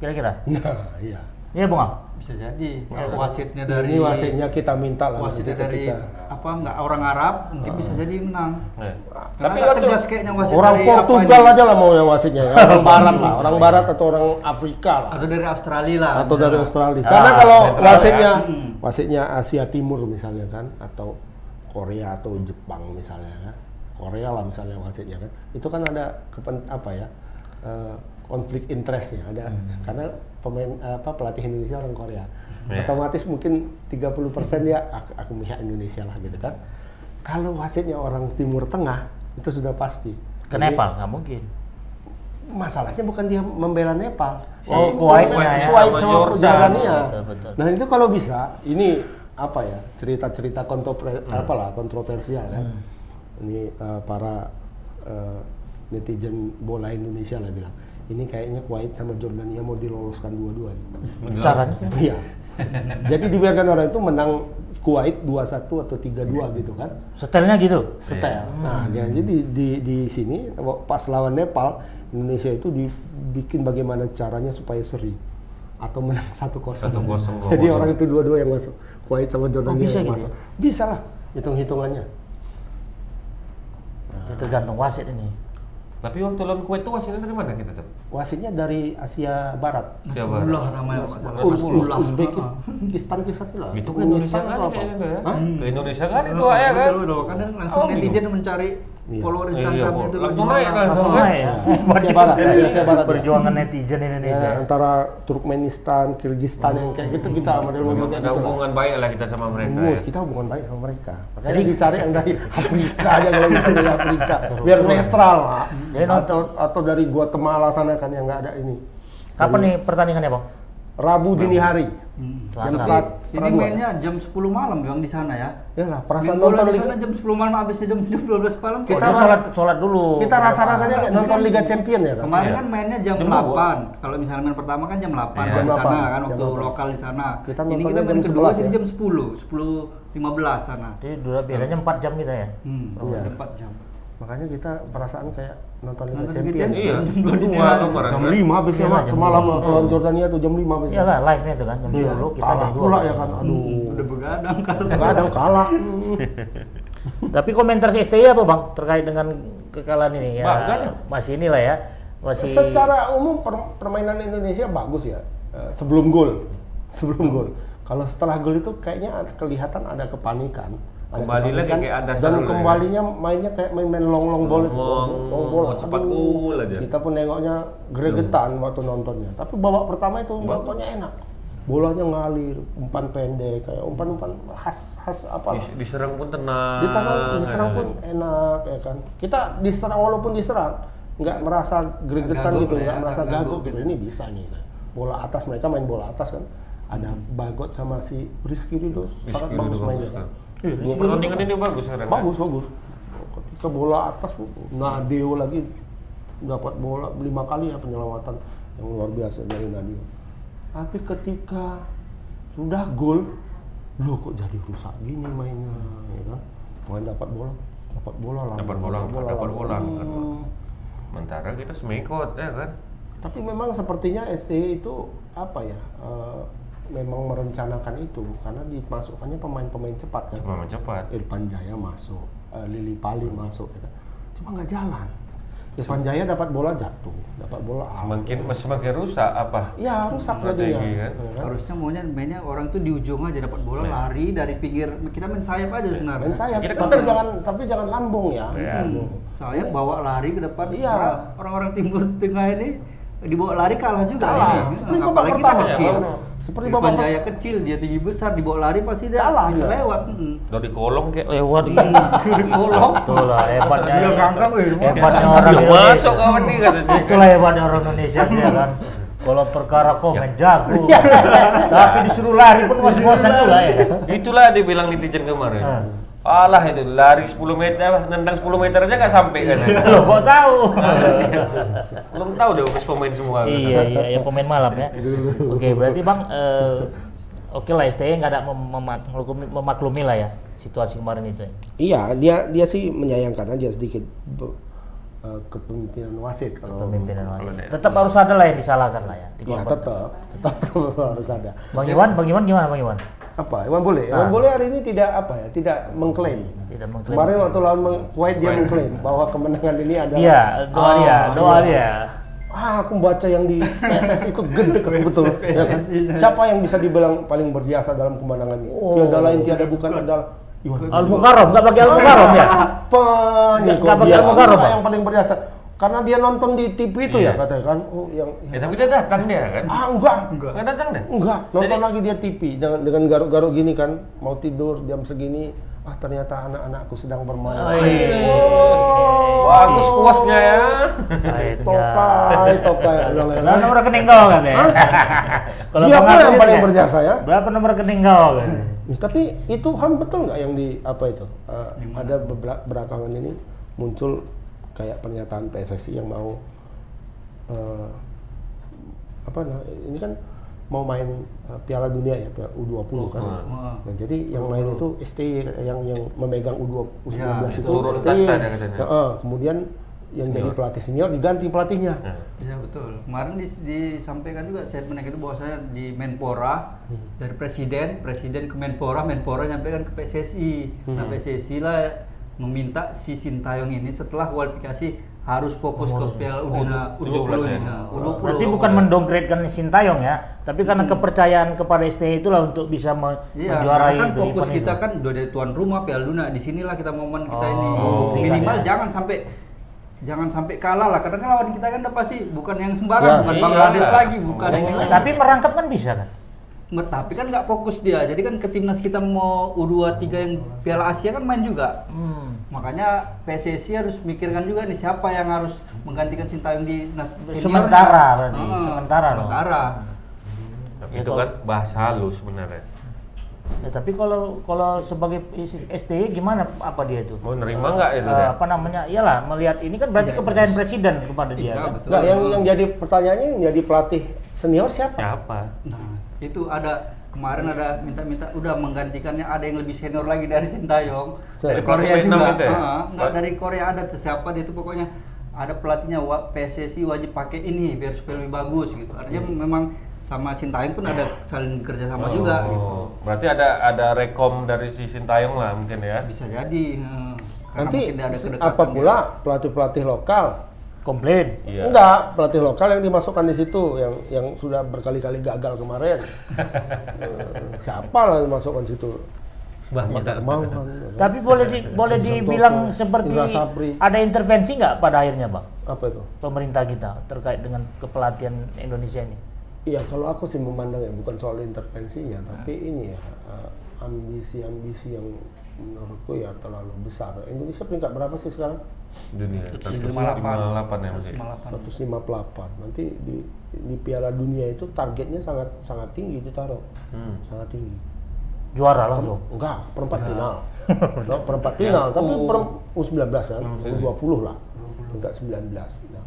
Speaker 1: Kira-kira.
Speaker 2: Nah, iya.
Speaker 1: Iya, Bung.
Speaker 4: Bisa jadi. Kalau wasitnya dari
Speaker 2: Dari ini wasitnya kita minta lah
Speaker 4: wasitnya
Speaker 2: nanti
Speaker 4: dari
Speaker 2: ketika-
Speaker 4: apa nggak orang Arab mungkin bisa jadi menang.
Speaker 3: Nah.
Speaker 4: Karena
Speaker 3: Tapi
Speaker 4: nggak
Speaker 3: waktu
Speaker 4: tegas kayaknya wasit
Speaker 2: orang
Speaker 4: dari
Speaker 2: Portugal
Speaker 4: apa ini. Iya.
Speaker 2: aja lah mau yang wasitnya ya. orang barat lah orang barat atau orang Afrika lah
Speaker 4: atau dari Australia lah. Nah,
Speaker 2: atau dari Australia
Speaker 1: Ah,
Speaker 2: karena kalau
Speaker 3: netral
Speaker 2: wasitnya
Speaker 4: ya. Hmm.
Speaker 2: wasitnya Asia Timur misalnya kan atau Korea atau Jepang misalnya kan Korea lah misalnya wasitnya kan itu kan ada kepen, apa ya eh, konflik interestnya ada karena pemain apa pelatih Indonesia orang Korea
Speaker 3: Ya.
Speaker 2: otomatis mungkin 30% ya aku, aku pihak Indonesia lah gitu kan kalau wasitnya orang Timur Tengah itu sudah pasti
Speaker 1: Ke
Speaker 2: Jadi-
Speaker 1: Nepal nggak mungkin.
Speaker 2: masalahnya bukan dia membela Nepal.
Speaker 1: Oh,
Speaker 2: Ini
Speaker 1: Kuwait
Speaker 2: Kuwait,
Speaker 1: ya.
Speaker 2: Kuwait
Speaker 3: Sama
Speaker 2: sama
Speaker 3: Jordan.
Speaker 2: Jordania.
Speaker 1: Betul, betul.
Speaker 2: Nah, itu kalau bisa ini apa ya? Cerita-cerita kontrover
Speaker 1: Hmm.
Speaker 2: apalah kontroversial ya. Ini eh, para eh, netizen bola Indonesia lah bilang. Ini kayaknya Kuwait sama Jordania mau diloloskan dua-duanya.
Speaker 1: Caranya.
Speaker 2: Iya. Jadi dibiarkan orang itu menang Kuwait 2-1 atau 3-2 gitu kan
Speaker 1: Setelnya gitu.
Speaker 2: setel. Nah, dia- jadi di, di sini pas lawan Nepal, Indonesia itu dibikin bagaimana caranya supaya seri atau menang 1-0.
Speaker 3: 1-0,
Speaker 2: Jadi
Speaker 3: 2-0.
Speaker 2: orang itu dua-dua yang masuk. Kuwait sama Jordania
Speaker 1: bisa
Speaker 2: yang
Speaker 1: gitu?
Speaker 2: masuk. Bisa lah hitung-hitungannya.
Speaker 1: Itu tergantung wasit ini.
Speaker 3: Tapi waktu lawan Kuwait tuh wasitnya dari mana kita tuh?
Speaker 2: Wasitnya dari Asia Barat.
Speaker 3: Siapa?
Speaker 4: Nasrullah namanya kalau nggak salah.
Speaker 2: Uz- Uz-
Speaker 4: Nasrullah.
Speaker 2: Uzbekistan kisah lah.
Speaker 3: Ah. Itu ke
Speaker 2: Turkmenistan
Speaker 3: Indonesia kan kali
Speaker 2: atau apa?
Speaker 3: kayaknya tuh ya.
Speaker 2: Hah?
Speaker 3: Ke Indonesia kali tuh ya kan.
Speaker 4: Betul, betul. Kadang langsung
Speaker 3: Oh,
Speaker 4: netizen
Speaker 3: bingung.
Speaker 4: mencari
Speaker 2: Iya.
Speaker 3: Iya,
Speaker 4: Followers Instagram
Speaker 3: Paul.
Speaker 4: itu
Speaker 3: Langsung
Speaker 4: gimana?
Speaker 3: naik langsung.
Speaker 1: Langsung
Speaker 3: Iya.
Speaker 1: aja ya.
Speaker 2: Asia Barat, ya, Asia Barat. ya.
Speaker 1: Perjuangan netizen
Speaker 2: Ya,
Speaker 1: Indonesia.
Speaker 2: antara Turkmenistan, Kyrgyzstan yang kayak gitu kita model-model
Speaker 3: Hmm. Memang
Speaker 2: kayak
Speaker 3: ada
Speaker 2: gitu lah.
Speaker 3: hubungan baik lah kita sama
Speaker 1: Iya,
Speaker 3: mereka
Speaker 2: Umur,
Speaker 3: ya.
Speaker 2: kita hubungan baik sama mereka. Makanya dicari yang dari Afrika aja kalau bisa dari Afrika, biar netral lah.
Speaker 1: Jadi
Speaker 2: Atau atau dari Guatemala sana kan yang nggak ada ini.
Speaker 1: Kapan nih pertandingannya, Bang?
Speaker 2: Rabu dini hari. Jam
Speaker 1: Selasa.
Speaker 2: saat
Speaker 4: Hmm. Ini mainnya jam 10 malam Bang di sana ya.
Speaker 2: Ya lah, perasaan
Speaker 4: Main bola
Speaker 2: nonton
Speaker 4: di
Speaker 2: Liga-
Speaker 4: sana jam 10 malam habisnya jam jam 12 malam.
Speaker 1: Kita
Speaker 2: Kita-
Speaker 1: Oh, sholat sholat dulu.
Speaker 2: Kita rasa-rasanya kayak nonton Liga Champion ya kan?
Speaker 4: Kemarin
Speaker 3: Iya.
Speaker 4: kan mainnya jam,
Speaker 3: Jam
Speaker 4: 8. Kalau misalnya main pertama kan jam 8
Speaker 3: Iya.
Speaker 4: kan di
Speaker 2: Jam
Speaker 4: sana
Speaker 2: 8,
Speaker 4: kan waktu
Speaker 2: jam 8.
Speaker 4: lokal di sana.
Speaker 2: Kita
Speaker 4: ini
Speaker 2: nontonnya
Speaker 4: kita main
Speaker 2: jam
Speaker 4: kedua
Speaker 2: 11
Speaker 4: sih
Speaker 2: ya.
Speaker 4: jam 10, 10.15 sana.
Speaker 1: Jadi dua bedanya 4 jam kita ya.
Speaker 4: Hmm,
Speaker 2: Iya.
Speaker 4: jam 4 jam.
Speaker 2: Makanya kita perasaan kayak nonton Liga
Speaker 4: Nonton Liga
Speaker 2: Champion.
Speaker 4: Champion.
Speaker 3: Iya,
Speaker 4: Jam
Speaker 3: jam
Speaker 4: dua dini
Speaker 3: dua
Speaker 4: hari.
Speaker 3: kemarin.
Speaker 2: Jam 5 habisnya
Speaker 1: Iya,
Speaker 2: lah,
Speaker 1: jam
Speaker 2: semalam
Speaker 1: lima.
Speaker 2: lawan Jordania tuh jam 5 habisnya.
Speaker 1: Iyalah live-nya itu kan jam
Speaker 2: Iya,
Speaker 1: 10 kita
Speaker 2: kalah
Speaker 1: jam
Speaker 2: pula
Speaker 1: 2.
Speaker 2: ya kan, aduh.
Speaker 4: Udah begadang kan.
Speaker 2: Kadang kalah.
Speaker 1: Tapi komentar si STI apa Bang terkait dengan kekalahan ini ya?
Speaker 3: Bangga dia.
Speaker 1: Masih inilah ya. Masih
Speaker 2: Secara umum per- permainan Indonesia bagus ya. Eh, Sebelum gol, sebelum gol. Kalau setelah gol itu kayaknya ada- kelihatan ada kepanikan. Ada
Speaker 3: Kembali lagi
Speaker 2: kepanikan,
Speaker 3: kayak ada
Speaker 2: dan
Speaker 3: seru ya.
Speaker 2: kembalinya mainnya kayak main-main long long ball itu.
Speaker 3: Long, mau cepat
Speaker 2: Aduh,
Speaker 3: gol aja.
Speaker 2: Kita pun nengoknya gregetan waktu nontonnya. Tapi babak pertama itu nontonnya enak. Bolanya ngalir, umpan pendek kayak umpan-umpan khas khas apa? lah.
Speaker 3: Dis- diserang pun tenang.
Speaker 2: Ditanam, diserang pun enak ya kan. Kita diserang walaupun diserang nggak merasa gregetan
Speaker 4: Nggak
Speaker 2: gitu,
Speaker 4: gagok
Speaker 2: nggak
Speaker 4: ya,
Speaker 2: merasa
Speaker 4: nggak
Speaker 2: gagok
Speaker 4: gagok.
Speaker 2: gitu. Ini bisa nih. Bola atas mereka main bola atas kan. Ada Bagot sama si Rizky Ridho sangat
Speaker 3: Rizky
Speaker 2: bagus
Speaker 3: Ridho
Speaker 2: mainnya.
Speaker 3: bagus,
Speaker 2: kan.
Speaker 3: kan. Dua
Speaker 2: Iya, Rizky Ridho
Speaker 3: pertandingan ini bagus sekarang.
Speaker 2: bagus bagus. kan? Ketika bola atas, Bu, Nadeo lagi dapat bola lima kali ya penyelamatan yang luar biasa dari Nadeo. Tapi ketika sudah gol, loh kok jadi rusak gini mainnya, ya kan? Pemain dapat bola, dapat bola lah.
Speaker 3: Dapat bola, dapat bola. kan.
Speaker 2: Hmm.
Speaker 3: Sementara kita semikot ya kan.
Speaker 2: Tapi memang sepertinya STI itu apa ya? eh, memang merencanakan itu karena dimasukkannya pemain-pemain cepat kan.
Speaker 3: Cuma cepat.
Speaker 2: Irfan Jaya masuk, eh, Lili Pali masuk, ya kan. cuma nggak jalan. Irfan Jaya dapat bola jatuh, dapat bola out.
Speaker 3: Semakin semakin rusak apa?
Speaker 2: Ya rusak
Speaker 3: Strategi,
Speaker 2: jadinya.
Speaker 3: kan?
Speaker 2: Ya kan?
Speaker 4: Harusnya maunya mainnya orang itu di ujung aja dapat bola
Speaker 3: Iya.
Speaker 4: lari dari pinggir kita main sayap aja sebenarnya.
Speaker 2: Main sayap,
Speaker 3: Kira
Speaker 2: tapi
Speaker 3: kan-
Speaker 2: jangan tapi jangan lambung ya.
Speaker 3: Ya.
Speaker 2: Lambung.
Speaker 4: Sayap bawa lari ke depan.
Speaker 2: Iya.
Speaker 4: Orang-orang timur tengah ini dibawa lari kalah juga
Speaker 2: Kalah.
Speaker 4: ini.
Speaker 2: Seperti babak
Speaker 4: Apalagi kita
Speaker 2: pertama.
Speaker 4: kecil.
Speaker 2: Ya, seperti
Speaker 4: Irfan
Speaker 2: babak
Speaker 4: Jaya kecil dia tinggi besar dibawa lari pasti dia
Speaker 2: Kalah
Speaker 4: bisa
Speaker 2: dia.
Speaker 4: lewat. Mm.
Speaker 3: Dari kolong kayak lewat.
Speaker 4: Iya. Kolong.
Speaker 1: Betul lah hebatnya.
Speaker 3: Iya,
Speaker 4: Dia kangkang, eh,
Speaker 1: Hebatnya orang
Speaker 3: Dia
Speaker 1: Indonesia.
Speaker 3: ya. Iya, masuk kawan nih kata dia.
Speaker 1: Itulah hebatnya orang Indonesia dia kan. Kalau perkara komen jago.
Speaker 3: Iya.
Speaker 1: Tapi disuruh lari pun masih bosan juga ya.
Speaker 3: Itulah dibilang netizen kemarin.
Speaker 1: Ah.
Speaker 3: Alah itu lari 10 meter, apa, nendang 10 meter aja nggak sampai kan.
Speaker 1: Loh kok tahu?
Speaker 3: Belum tahu deh fokus pemain semua. kan?
Speaker 1: iya iya yang pemain malam ya. Oke, berarti Bang eh, Oke lah, STY nggak ada mem- mema- memaklumi, memaklumi lah ya situasi kemarin itu. ya.
Speaker 2: Iya, dia dia sih menyayangkan aja sedikit be- eh, kepemimpinan wasit kalau
Speaker 1: Pemimpinan wasit.
Speaker 3: kalau-
Speaker 1: Tetap harus ada lah yang disalahkan lah ya.
Speaker 2: ya
Speaker 1: dikorbankan.
Speaker 2: tetap tetap harus ada.
Speaker 1: Bang Iwan, Bang Iwan gimana Bang Iwan?
Speaker 2: Apa? Iwan boleh. Iwan boleh hari ini tidak apa ya? Tidak mengklaim.
Speaker 1: Tidak mengklaim.
Speaker 2: Kemarin waktu lawan Meng- Kuwait dia mengklaim bahwa kemenangan ini adalah
Speaker 1: Iya,
Speaker 4: Oh,
Speaker 1: doa dia, doa dia.
Speaker 2: ah aku baca yang di PSS itu gede aku betul ya kan?
Speaker 4: PSSI.
Speaker 2: siapa yang bisa dibilang paling berjasa dalam kemenangan ini
Speaker 1: Oh.
Speaker 2: tiada lain tiada bukan adalah Iwan
Speaker 1: Al Mukarram, nggak pakai Al Mukarram ya?
Speaker 2: apa nih
Speaker 1: Nggak
Speaker 2: kok
Speaker 1: bakal
Speaker 2: dia
Speaker 1: Mukarram,
Speaker 2: Apa
Speaker 1: Pak?
Speaker 2: yang paling berjasa karena dia nonton di TV itu
Speaker 3: Iya.
Speaker 2: ya katanya kan oh yang
Speaker 3: Ya tapi dia datang dia kan.
Speaker 2: ah enggak enggak
Speaker 3: Nggak datang
Speaker 2: Iya.
Speaker 3: deh.
Speaker 2: nonton
Speaker 3: Jadi-
Speaker 2: lagi dia TV dengan dengan garuk-garuk gini kan mau tidur jam segini ah ternyata anak-anakku sedang bermain
Speaker 4: Oh,
Speaker 1: Oh, iya.
Speaker 4: iya.
Speaker 2: Oh,
Speaker 3: Bagus
Speaker 2: iya.
Speaker 3: kuasnya ya.
Speaker 2: tokai tokai Aduh, ya
Speaker 1: Berapa
Speaker 2: kan?
Speaker 1: nomor rekening kau katanya? Iya. Kalau
Speaker 2: dia
Speaker 1: Bang
Speaker 2: pula
Speaker 1: Arsul
Speaker 2: yang paling
Speaker 1: ya,
Speaker 2: berjasa ya
Speaker 1: Berapa nomor rekening kau katanya?
Speaker 2: Ya, tapi itu ham betul nggak yang di apa itu? Eh, ada bebla- belakangan ini muncul kayak pernyataan PSSI yang mau eh, apa nah, ini kan mau main eh, Piala Dunia ya Piala U20 kan.
Speaker 4: Heeh.
Speaker 2: Nah, jadi yang main itu STY yang yang memegang U20 U19
Speaker 4: Ya,
Speaker 2: itu
Speaker 3: turun
Speaker 2: STY.
Speaker 3: kasta dia katanya.
Speaker 2: Heeh, kemudian yang jadi pelatih senior diganti pelatihnya.
Speaker 3: Ya. Nah,
Speaker 4: Iya betul. Kemarin dis- disampaikan juga statement itu bahwa saya di Menpora
Speaker 1: Hmm. Hmm.
Speaker 4: dari presiden, presiden ke Menpora, Menpora nyampaikan ke PSSI. Nah, PSSI lah meminta si Sintayong ini setelah kualifikasi harus fokus
Speaker 1: Harus.
Speaker 4: ke Piala Udina
Speaker 1: Oh,
Speaker 3: U-
Speaker 4: U20
Speaker 3: ya.
Speaker 4: ini. Nah, U20.
Speaker 1: Berarti bukan mendowngradekan Sintayong ya, tapi karena kepercayaan kepada STI itulah untuk bisa me-
Speaker 4: Iya,
Speaker 1: menjuarai
Speaker 4: karena kan
Speaker 1: itu
Speaker 4: fokus
Speaker 1: event
Speaker 4: kita
Speaker 1: itu.
Speaker 4: kan udah dari tuan rumah Piala Dunia. Di sinilah kita momen kita
Speaker 1: Oh,
Speaker 4: ini.
Speaker 1: buktikan
Speaker 4: Minimal
Speaker 1: ya.
Speaker 4: jangan sampai jangan sampai kalah lah karena kan lawan kita kan udah pasti bukan yang sembarang,
Speaker 2: Ya.
Speaker 4: bukan
Speaker 3: Iya.
Speaker 4: Bangladesh lagi, bukan yang lain.
Speaker 1: Oh. Tapi merangkap kan bisa kan?
Speaker 4: Mer- Tapi kan nggak fokus dia. Jadi kan ke timnas kita mau U23 yang Piala Asia kan main juga. Makanya PSSI harus mikirkan juga nih siapa yang harus menggantikan Sintayong di nas seniornya.
Speaker 1: Sementara berarti,
Speaker 4: Heeh,
Speaker 1: sementara loh.
Speaker 4: Sementara.
Speaker 3: Tapi
Speaker 1: Ya,
Speaker 3: itu
Speaker 1: kalau-
Speaker 3: kan bahasa halus sebenarnya.
Speaker 1: Ya, tapi kalau kalau sebagai STI gimana apa dia itu?
Speaker 3: Mau Oh, nerima nggak itu,
Speaker 1: Eh,
Speaker 3: Dek?
Speaker 1: apa namanya? Iyalah melihat ini kan berarti
Speaker 4: Iya,
Speaker 1: kepercayaan presiden kepada dia.
Speaker 4: Iya,
Speaker 1: kan?
Speaker 4: betul.
Speaker 2: Nggak, yang yang jadi pertanyaannya yang jadi pelatih senior siapa?
Speaker 3: Siapa?
Speaker 4: Nah, itu ada kemarin ada minta-minta udah menggantikannya ada yang lebih senior lagi dari Sintayong
Speaker 2: Betul.
Speaker 4: dari Korea
Speaker 3: Vietnam
Speaker 4: juga
Speaker 3: itu ya?
Speaker 4: Heeh, nggak
Speaker 3: Ba-
Speaker 4: dari Korea ada siapa dia itu pokoknya ada pelatihnya wa- PSSI wajib pakai ini biar supaya lebih bagus gitu artinya memang sama Sintayong pun ada saling kerja sama juga
Speaker 3: Oh,
Speaker 4: gitu
Speaker 3: Berarti ada ada rekom dari si Sintayong lah mungkin ya.
Speaker 4: bisa jadi heeh. Karena
Speaker 2: Nanti
Speaker 4: mungkin dia ada kedekatan gitu.
Speaker 2: apa
Speaker 4: dia.
Speaker 2: pula pelatih-pelatih lokal?
Speaker 1: Komplain.
Speaker 3: Iya.
Speaker 2: Enggak, pelatih lokal yang dimasukkan di situ yang yang sudah berkali-kali gagal kemarin. Eh, siapa lah yang dimasukkan situ?
Speaker 3: Banyak.
Speaker 2: Mau kan.
Speaker 1: Tapi boleh di,
Speaker 4: Iya,
Speaker 1: boleh
Speaker 2: Santoso,
Speaker 1: dibilang seperti
Speaker 2: Indra Sapri.
Speaker 1: ada intervensi nggak pada akhirnya, Bang?
Speaker 2: Apa itu?
Speaker 1: Pemerintah kita terkait dengan kepelatihan Indonesia ini.
Speaker 2: Iya, kalau aku sih memandang ya bukan soal intervensinya, tapi ini ya eh, ambisi-ambisi yang menurutku ya terlalu besar. Indonesia peringkat berapa sih sekarang?
Speaker 3: Dunia.
Speaker 4: 158.
Speaker 3: 158 ya mungkin.
Speaker 2: 158. Nanti di, di Piala Dunia itu targetnya sangat sangat tinggi ditaruh.
Speaker 3: Hmm.
Speaker 2: Sangat tinggi.
Speaker 1: Juara langsung.
Speaker 2: Enggak, perempat final. No, perempat final, tapi
Speaker 4: U-
Speaker 2: per U19 kan,
Speaker 3: Hmm.
Speaker 2: U20 lah. Enggak 19. Nah,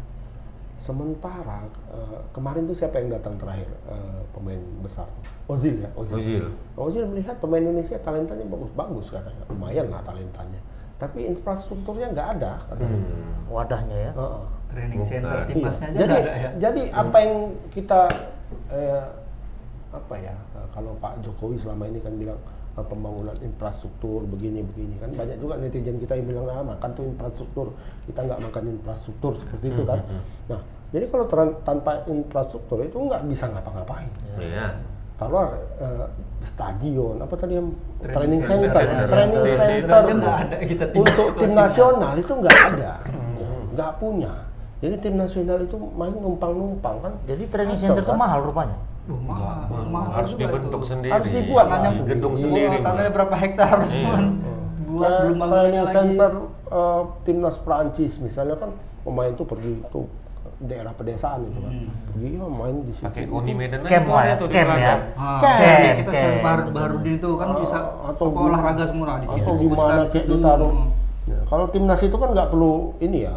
Speaker 2: sementara eh, kemarin tuh siapa yang datang terakhir eh, pemain besar? Ozil ya, Ozil.
Speaker 3: Ozil.
Speaker 2: Ozil melihat pemain Indonesia talentanya bagus-bagus katanya, lumayan lah talentanya. Tapi infrastrukturnya nggak ada katanya.
Speaker 3: Hmm.
Speaker 1: Wadahnya ya.
Speaker 2: Heeh.
Speaker 4: training
Speaker 3: Bukan.
Speaker 4: center
Speaker 3: Iya.
Speaker 4: timnasnya aja
Speaker 2: Jadi,
Speaker 4: nggak ada ya
Speaker 2: jadi apa yang kita eh, apa ya eh, kalau Pak Jokowi selama ini kan bilang eh, pembangunan infrastruktur begini begini kan banyak juga netizen kita yang bilang ah makan tuh infrastruktur kita nggak makan infrastruktur seperti itu kan. Nah jadi kalau teran- tanpa infrastruktur itu nggak bisa ngapa-ngapain.
Speaker 3: Iya.
Speaker 2: Taruh eh, stadion apa tadi yang
Speaker 4: Training
Speaker 2: training,
Speaker 3: center.
Speaker 2: center, training
Speaker 3: Training
Speaker 2: center
Speaker 4: center nggak ada kita timnas
Speaker 2: untuk
Speaker 4: kelas
Speaker 2: tim
Speaker 4: timnas.
Speaker 2: nasional itu nggak ada, nggak punya. Jadi tim nasional itu main numpang-numpang kan.
Speaker 1: Jadi training
Speaker 2: Kacau,
Speaker 1: center itu
Speaker 2: kan?
Speaker 1: mahal rupanya.
Speaker 4: Duh, mahal, mahal
Speaker 3: Harus
Speaker 4: juga itu.
Speaker 3: dibentuk sendiri.
Speaker 2: Harus dibuat
Speaker 3: Di
Speaker 2: tanahnya
Speaker 3: gedung
Speaker 2: sendiri.
Speaker 3: sendiri.
Speaker 4: Oh, tanahnya berapa hektar harus
Speaker 3: Iya.
Speaker 4: buat buat
Speaker 2: Nah,
Speaker 4: belum bangunnya
Speaker 2: training
Speaker 4: lagi.
Speaker 2: center eh, timnas Prancis misalnya kan pemain tuh pergi ke daerah pedesaan itu kan.
Speaker 4: Hmm.
Speaker 2: Pergi ya, main di situ.
Speaker 3: Pakai Uni Medan
Speaker 1: Camp
Speaker 3: aja
Speaker 1: lah ya,
Speaker 3: Nah, tuh di
Speaker 1: camp ya.
Speaker 3: Serangan.
Speaker 4: Ah,
Speaker 2: Ken, Oh,
Speaker 4: kayak kita
Speaker 1: Ken,
Speaker 4: cari baru
Speaker 1: betul.
Speaker 4: baru di itu kan bisa
Speaker 2: atau
Speaker 4: apa,
Speaker 2: gim-
Speaker 4: olahraga semua di situ. kan
Speaker 2: atau
Speaker 4: Fokuskan di
Speaker 2: gimana kayak
Speaker 4: situ.
Speaker 2: ditaruh Nah, kalau timnas itu kan nggak perlu ini ya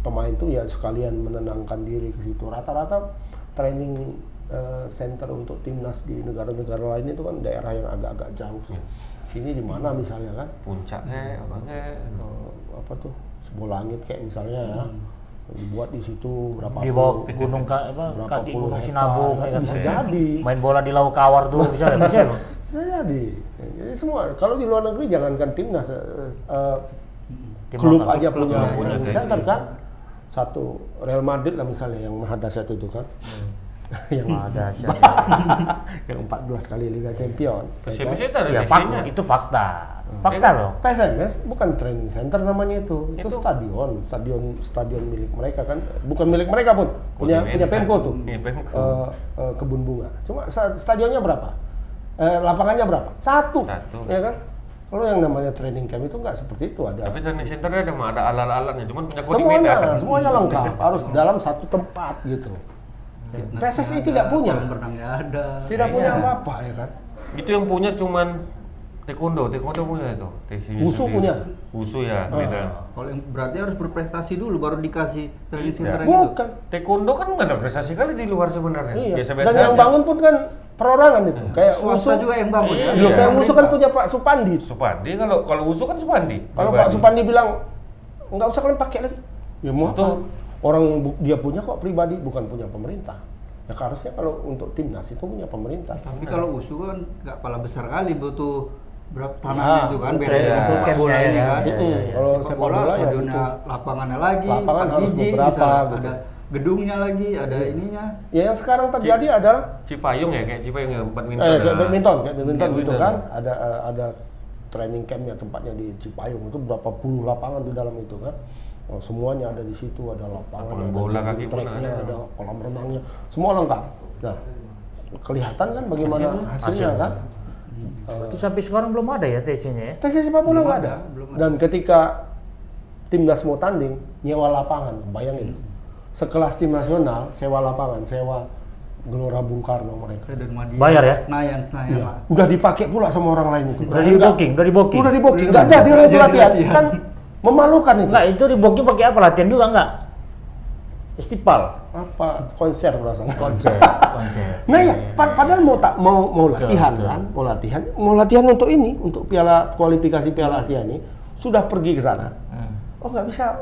Speaker 2: pemain tuh ya sekalian menenangkan diri ke situ rata-rata training eh, center untuk timnas di negara-negara lain itu kan daerah yang agak-agak jauh sih sini di mana misalnya kan
Speaker 3: Puncak kayak apa ya, kayak.
Speaker 2: Eh, apa tuh sebuah langit kayak misalnya ya dibuat di situ berapa
Speaker 1: Di bawah
Speaker 2: puluh-
Speaker 1: gunung ka- apa,
Speaker 2: berapa
Speaker 1: kaki
Speaker 2: puluh
Speaker 1: gunung
Speaker 2: hektar,
Speaker 1: Sinabung
Speaker 2: kan
Speaker 1: ya kan?
Speaker 2: bisa jadi
Speaker 1: Main bola di Laut Kawar tuh bisa ya? Bisa ya, Bang?
Speaker 2: bisa jadi jadi semua kalau di luar negeri jangankan timnas eh, eh,
Speaker 1: Tim
Speaker 2: klub
Speaker 1: lokal.
Speaker 2: aja punya
Speaker 3: Klub punya
Speaker 2: training
Speaker 3: tensi.
Speaker 2: center kan satu Real Madrid lah misalnya yang maha dahsyat itu kan yang
Speaker 1: Wah, dahsyat.
Speaker 2: yang 14 kali Liga Champion
Speaker 3: Siapa
Speaker 2: ya
Speaker 3: sih
Speaker 2: kan?
Speaker 3: tadi
Speaker 1: Ya, fak-
Speaker 3: isinya?
Speaker 1: itu fakta. Fakta
Speaker 3: Iya kan?
Speaker 1: loh.
Speaker 2: PSMS bukan training center namanya itu,
Speaker 3: Itu-
Speaker 2: itu, stadion, stadion stadion milik mereka kan, bukan milik mereka pun punya
Speaker 3: Uni
Speaker 2: punya
Speaker 3: Medan.
Speaker 2: Pemko tuh,
Speaker 3: Iya, Pemko.
Speaker 2: Eh, eh, kebun bunga. Cuma sta- stadionnya berapa? Eh, lapangannya berapa? Satu,
Speaker 3: Satu.
Speaker 2: ya kan? Kalau yang namanya training camp itu nggak seperti itu ada
Speaker 3: Tapi training centernya ada ada alat-alatnya, cuman kan? nggak kuat di
Speaker 2: semuanya
Speaker 3: Medan.
Speaker 2: semuanya lengkap harus dalam satu tempat gitu
Speaker 4: Fitness
Speaker 2: PSSI
Speaker 4: Nah, nggak
Speaker 2: tidak
Speaker 4: ada,
Speaker 2: punya.
Speaker 4: kolam renang nggak ada.
Speaker 2: tidak
Speaker 3: Iya.
Speaker 2: punya apa-apa ya kan
Speaker 3: Itu yang punya cuman taekwondo, taekwondo punya itu. Taekwondo
Speaker 2: Wusu
Speaker 3: sendiri.
Speaker 2: punya. Ah.
Speaker 3: Wusu ya, beda.
Speaker 4: Kalau yang berarti harus berprestasi dulu baru dikasih training gitu. center
Speaker 3: gitu.
Speaker 4: yang itu.
Speaker 2: bukan
Speaker 3: Taekwondo kan nggak ada prestasi kali di luar sebenarnya.
Speaker 2: iya
Speaker 3: Biasa-biasa
Speaker 2: dan yang
Speaker 3: aja.
Speaker 2: bangun pun kan perorangan itu kayak
Speaker 4: Swasta
Speaker 2: usul
Speaker 4: juga yang bangun.
Speaker 3: Iya.
Speaker 2: Loh, kayak Wusu kan
Speaker 4: Pemerintah.
Speaker 2: punya Pak Supandi
Speaker 3: Supandi kalau kalau Wusu kan Supandi.
Speaker 2: kalau Pak Supandi bilang nggak usah kalian pakai lagi ya mau
Speaker 3: Betul.
Speaker 2: apa? orang bu- dia punya kok pribadi bukan punya pemerintah ya harusnya kalau untuk timnas itu punya pemerintah
Speaker 4: Tapi kalau usu kan nggak kepala besar kali butuh berapa tanahnya
Speaker 2: Ah,
Speaker 4: itu kan
Speaker 2: betul.
Speaker 4: beda
Speaker 3: Iya.
Speaker 4: dengan sepak bola
Speaker 1: Iya,
Speaker 4: ini
Speaker 1: iya,
Speaker 4: kan.
Speaker 2: iya, iya, iya. Kalau
Speaker 4: Sepak
Speaker 2: sepak
Speaker 4: bola
Speaker 2: bola ya
Speaker 4: stadionnya
Speaker 2: betul.
Speaker 4: lapangan lagi,
Speaker 2: Lapangan
Speaker 4: empat
Speaker 2: harus
Speaker 4: biji,
Speaker 2: beberapa,
Speaker 4: misalnya.
Speaker 2: gitu.
Speaker 4: ada gedungnya lagi, ada ininya.
Speaker 2: Ya yang sekarang terjadi adalah
Speaker 3: Cipayung ya kayak Cipayung ya badminton.
Speaker 2: eh,
Speaker 3: nah.
Speaker 2: kayak badminton, kayak badminton
Speaker 3: Iya,
Speaker 2: gitu kan. Ada eh, ada training campnya tempatnya di Cipayung itu berapa puluh lapangan di dalam itu kan. Oh, semuanya ada di situ, ada
Speaker 3: Lapangan
Speaker 2: lapangan, ada
Speaker 3: bola,
Speaker 2: jumping
Speaker 3: kaki pun
Speaker 2: tracknya,
Speaker 3: ada.
Speaker 2: ada kolam renangnya, semua lengkap. Nah, kelihatan kan bagaimana
Speaker 3: Hasilnya?
Speaker 2: hasilnya,
Speaker 3: Hasilnya.
Speaker 2: kan.
Speaker 1: Berarti sampai sekarang belum ada ya TC-nya ya?
Speaker 2: Tes sepak bola nggak ada.
Speaker 4: ada, belum ada.
Speaker 2: Dan ketika timnas mau tanding, nyewa lapangan, bayangin.
Speaker 3: Hmm.
Speaker 2: Sekelas tim nasional, sewa lapangan, sewa Gelora Bung Karno mereka.
Speaker 4: Stadion Madia.
Speaker 1: Bayar ya?
Speaker 4: Senayan, Senayan
Speaker 2: Iya.
Speaker 4: lah.
Speaker 2: Udah dipakai pula sama orang lain
Speaker 3: Iya.
Speaker 2: itu.
Speaker 1: Udah di
Speaker 2: Nggak-
Speaker 1: booking, udah di booking.
Speaker 2: Udah di booking,
Speaker 4: Udah
Speaker 2: nggak
Speaker 4: di-
Speaker 2: jadi
Speaker 4: nggak
Speaker 2: orang
Speaker 4: jadi
Speaker 2: latihan.
Speaker 4: latihan.
Speaker 2: Kan memalukan itu.
Speaker 1: Enggak, itu di booking pakai apa? Latihan juga enggak? Istipal.
Speaker 2: Apa konser berasa?
Speaker 1: Konser, konser.
Speaker 2: Nah ya, pa- padahal mau tak mau mau
Speaker 1: Betul,
Speaker 2: latihan
Speaker 1: betul.
Speaker 2: kan, mau latihan, mau latihan untuk ini, untuk piala kualifikasi Piala Asia ini sudah pergi ke sana. Oh nggak bisa,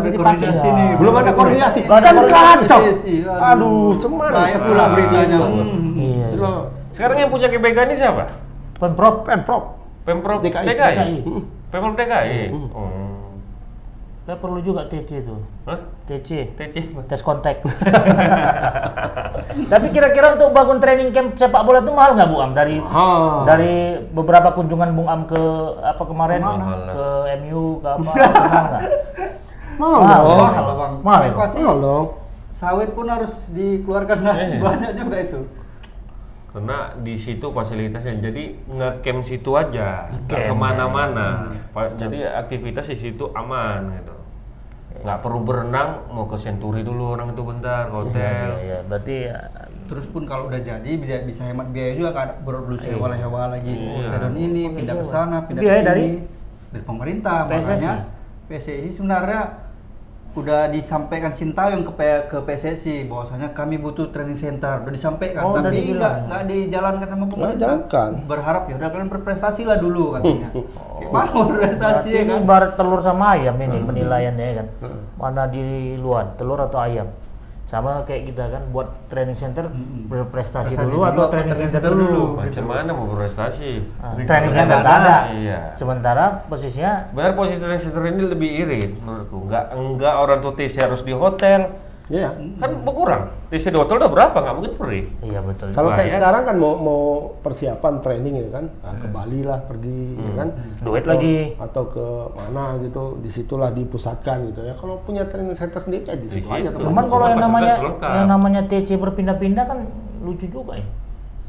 Speaker 4: Belum
Speaker 2: lagi
Speaker 4: ada
Speaker 2: dipakai.
Speaker 4: koordinasi nih,
Speaker 2: Iya. Belum ada koordinasi,
Speaker 4: Belum ada
Speaker 2: kan
Speaker 4: koordinasi. Iya,
Speaker 2: kacau.
Speaker 4: Sisi, aduh.
Speaker 2: Aduh, cuman
Speaker 4: Banyak
Speaker 2: sekelas
Speaker 4: tuh iya. beritanya.
Speaker 2: timnas.
Speaker 4: Hmm.
Speaker 1: Iya.
Speaker 2: Itu
Speaker 1: iya.
Speaker 2: loh,
Speaker 3: Sekarang yang punya GBK ini siapa?
Speaker 1: Pemprov
Speaker 2: Pemprov.
Speaker 3: Pemprov DKI.
Speaker 2: DKI. Mm.
Speaker 3: Pemprov DKI. Oh.
Speaker 1: saya perlu juga TC itu.
Speaker 3: Hah?
Speaker 1: TC.
Speaker 3: TC.
Speaker 1: Tes kontak. Tapi kira-kira untuk bangun training camp sepak bola itu mahal nggak Bu Am dari
Speaker 2: Ah.
Speaker 1: dari beberapa kunjungan Bung Am ke apa kemarin
Speaker 3: Mahal lah.
Speaker 1: ke MU ke apa mahal nggak?
Speaker 2: Mau
Speaker 1: Mahal,
Speaker 4: Oh,
Speaker 2: dong.
Speaker 1: mahal. Mahal ya, Bang?
Speaker 4: Pasti
Speaker 2: Mau dong.
Speaker 4: sawit pun harus dikeluarkan lah.
Speaker 3: Iya.
Speaker 4: Banyak juga itu.
Speaker 3: Karena di situ fasilitasnya, jadi ngecamp situ aja,
Speaker 1: Camp.
Speaker 3: nggak kemana-mana. Pa- Jadi aktivitas di situ aman gitu. Nggak perlu berenang, mau ke Senturi dulu orang itu bentar, ke hotel.
Speaker 1: Iya, iya. berarti ya,
Speaker 4: Terus pun kalau udah jadi bisa, bisa hemat biaya juga kan baru dulu sewa hewa lagi
Speaker 3: Iya.
Speaker 4: stadion ini pindah ke sana pindah
Speaker 1: Biaya
Speaker 4: ke sini
Speaker 1: dari?
Speaker 4: dari pemerintah
Speaker 1: PSSI?
Speaker 4: makanya PSSI sebenarnya udah disampaikan Sintayong ke P- ke PSSI bahwasanya kami butuh training center udah disampaikan
Speaker 1: Oh, udah
Speaker 4: tapi
Speaker 1: dibilang.
Speaker 4: nggak nggak dijalankan sama pemerintah
Speaker 2: jalankan.
Speaker 4: berharap ya udah kalian berprestasi lah dulu katanya
Speaker 3: Oh.
Speaker 4: gimana mau berprestasi
Speaker 1: berarti
Speaker 4: ya
Speaker 1: ini
Speaker 4: kan
Speaker 1: ibarat telur sama ayam ini penilaiannya ya kan. Mana duluan, telur atau ayam? Sama kayak kita kan buat training center berprestasi
Speaker 4: Prestasi
Speaker 1: hmm. dulu atau training center dulu.
Speaker 3: Macam mana mau berprestasi?
Speaker 1: Ah, training center tak ada.
Speaker 3: Iya.
Speaker 1: Sementara posisinya
Speaker 3: Benar posisi training center ini lebih irit menurutku. Nggak enggak orang tuh TC harus di hotel.
Speaker 2: Iya.
Speaker 3: Kan berkurang. TC di hotel udah berapa? Nggak mungkin free.
Speaker 1: Iya betul.
Speaker 2: Kalau kayak
Speaker 3: Bayar.
Speaker 2: sekarang kan mau mau persiapan training ya kan, nah, ke Bali lah pergi ya kan,
Speaker 1: Duit
Speaker 2: Atau-
Speaker 1: lagi.
Speaker 2: atau ke mana gitu, disitulah dipusatkan gitu ya. Kalau punya training center sendiri kayak di situ
Speaker 3: Di
Speaker 2: aja
Speaker 3: situ.
Speaker 2: teman.
Speaker 1: Cuman kalau yang
Speaker 3: Fasilitas
Speaker 1: namanya
Speaker 3: lengkap.
Speaker 1: yang namanya TC berpindah-pindah kan lucu juga ya.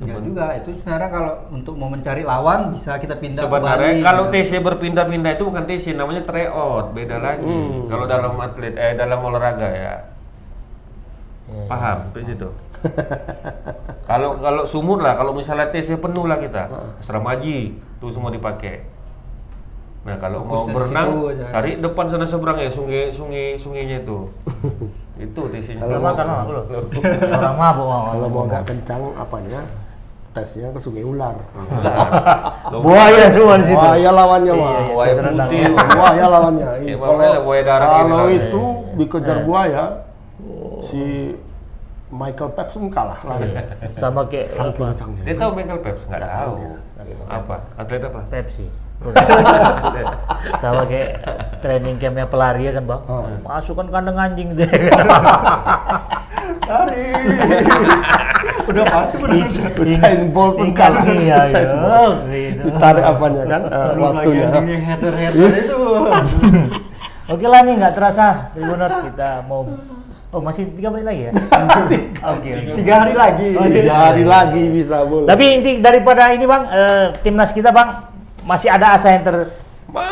Speaker 4: Ya juga itu sebenarnya kalau untuk mau mencari lawan bisa kita pindah ke
Speaker 3: Sebenarnya
Speaker 4: Bali,
Speaker 3: kalau
Speaker 4: gitu.
Speaker 3: TC berpindah-pindah itu bukan TC, namanya tryout, beda lagi. Kalau dalam atlet eh dalam olahraga ya.
Speaker 2: Iya.
Speaker 3: Paham di situ. kalau kalau sumur lah, kalau misalnya TC penuh lah kita, seramaji itu semua dipakai. Nah kalau mau
Speaker 4: Fokus dari situ
Speaker 3: berenang,
Speaker 4: aja.
Speaker 3: cari depan sana seberang ya sungai sungai sungainya itu. itu TC-nya.
Speaker 1: Kalau makan mah belum. Orang mabuk orang
Speaker 2: Kalau mau
Speaker 1: mabuk.
Speaker 2: agak kencang apanya, tesnya ke Sungai Ular.
Speaker 1: Buaya semua di situ.
Speaker 2: Buaya lawannya wah.
Speaker 1: Iya,
Speaker 3: Buaya
Speaker 1: iya, terserendang.
Speaker 3: putih.
Speaker 2: Buaya lawannya.
Speaker 3: Iya,
Speaker 2: Ih,
Speaker 3: makanya buaya darat gitu
Speaker 2: kalau
Speaker 3: kan.
Speaker 2: itu dikejar
Speaker 1: Iya.
Speaker 2: buaya,
Speaker 1: Oh.
Speaker 2: si Michael Phelps pun kalah lari.
Speaker 1: Iya. Sama kayak
Speaker 2: Saking
Speaker 1: apa?
Speaker 2: kencangnya.
Speaker 3: Dia tahu Michael Phelps? Nggak tahu.
Speaker 2: tahu.
Speaker 3: Apa? Atlet apa?
Speaker 1: Pepsi. Sama kayak training campnya pelari ya kan bang.
Speaker 2: Oh.
Speaker 1: Masukkan kandang anjing deh.
Speaker 4: Lari. udah pasti udah
Speaker 2: Usain Bolt pun kalah.
Speaker 1: Iya,
Speaker 2: Usain
Speaker 1: iya.
Speaker 2: Bolt.
Speaker 1: Gitu.
Speaker 2: Ditarik apanya kan? eh,
Speaker 4: Belum lagi
Speaker 2: waktunya.
Speaker 4: anjing yang header-header itu.
Speaker 1: Oke lah nih nggak terasa Tribuners kita mau Oh masih tiga menit lagi ya? Oke. oke.
Speaker 4: Tiga hari lagi.
Speaker 1: Oh,
Speaker 2: Tiga hari lagi bisa boleh.
Speaker 1: Tapi inti daripada ini bang, eh, timnas kita bang masih ada asa yang ter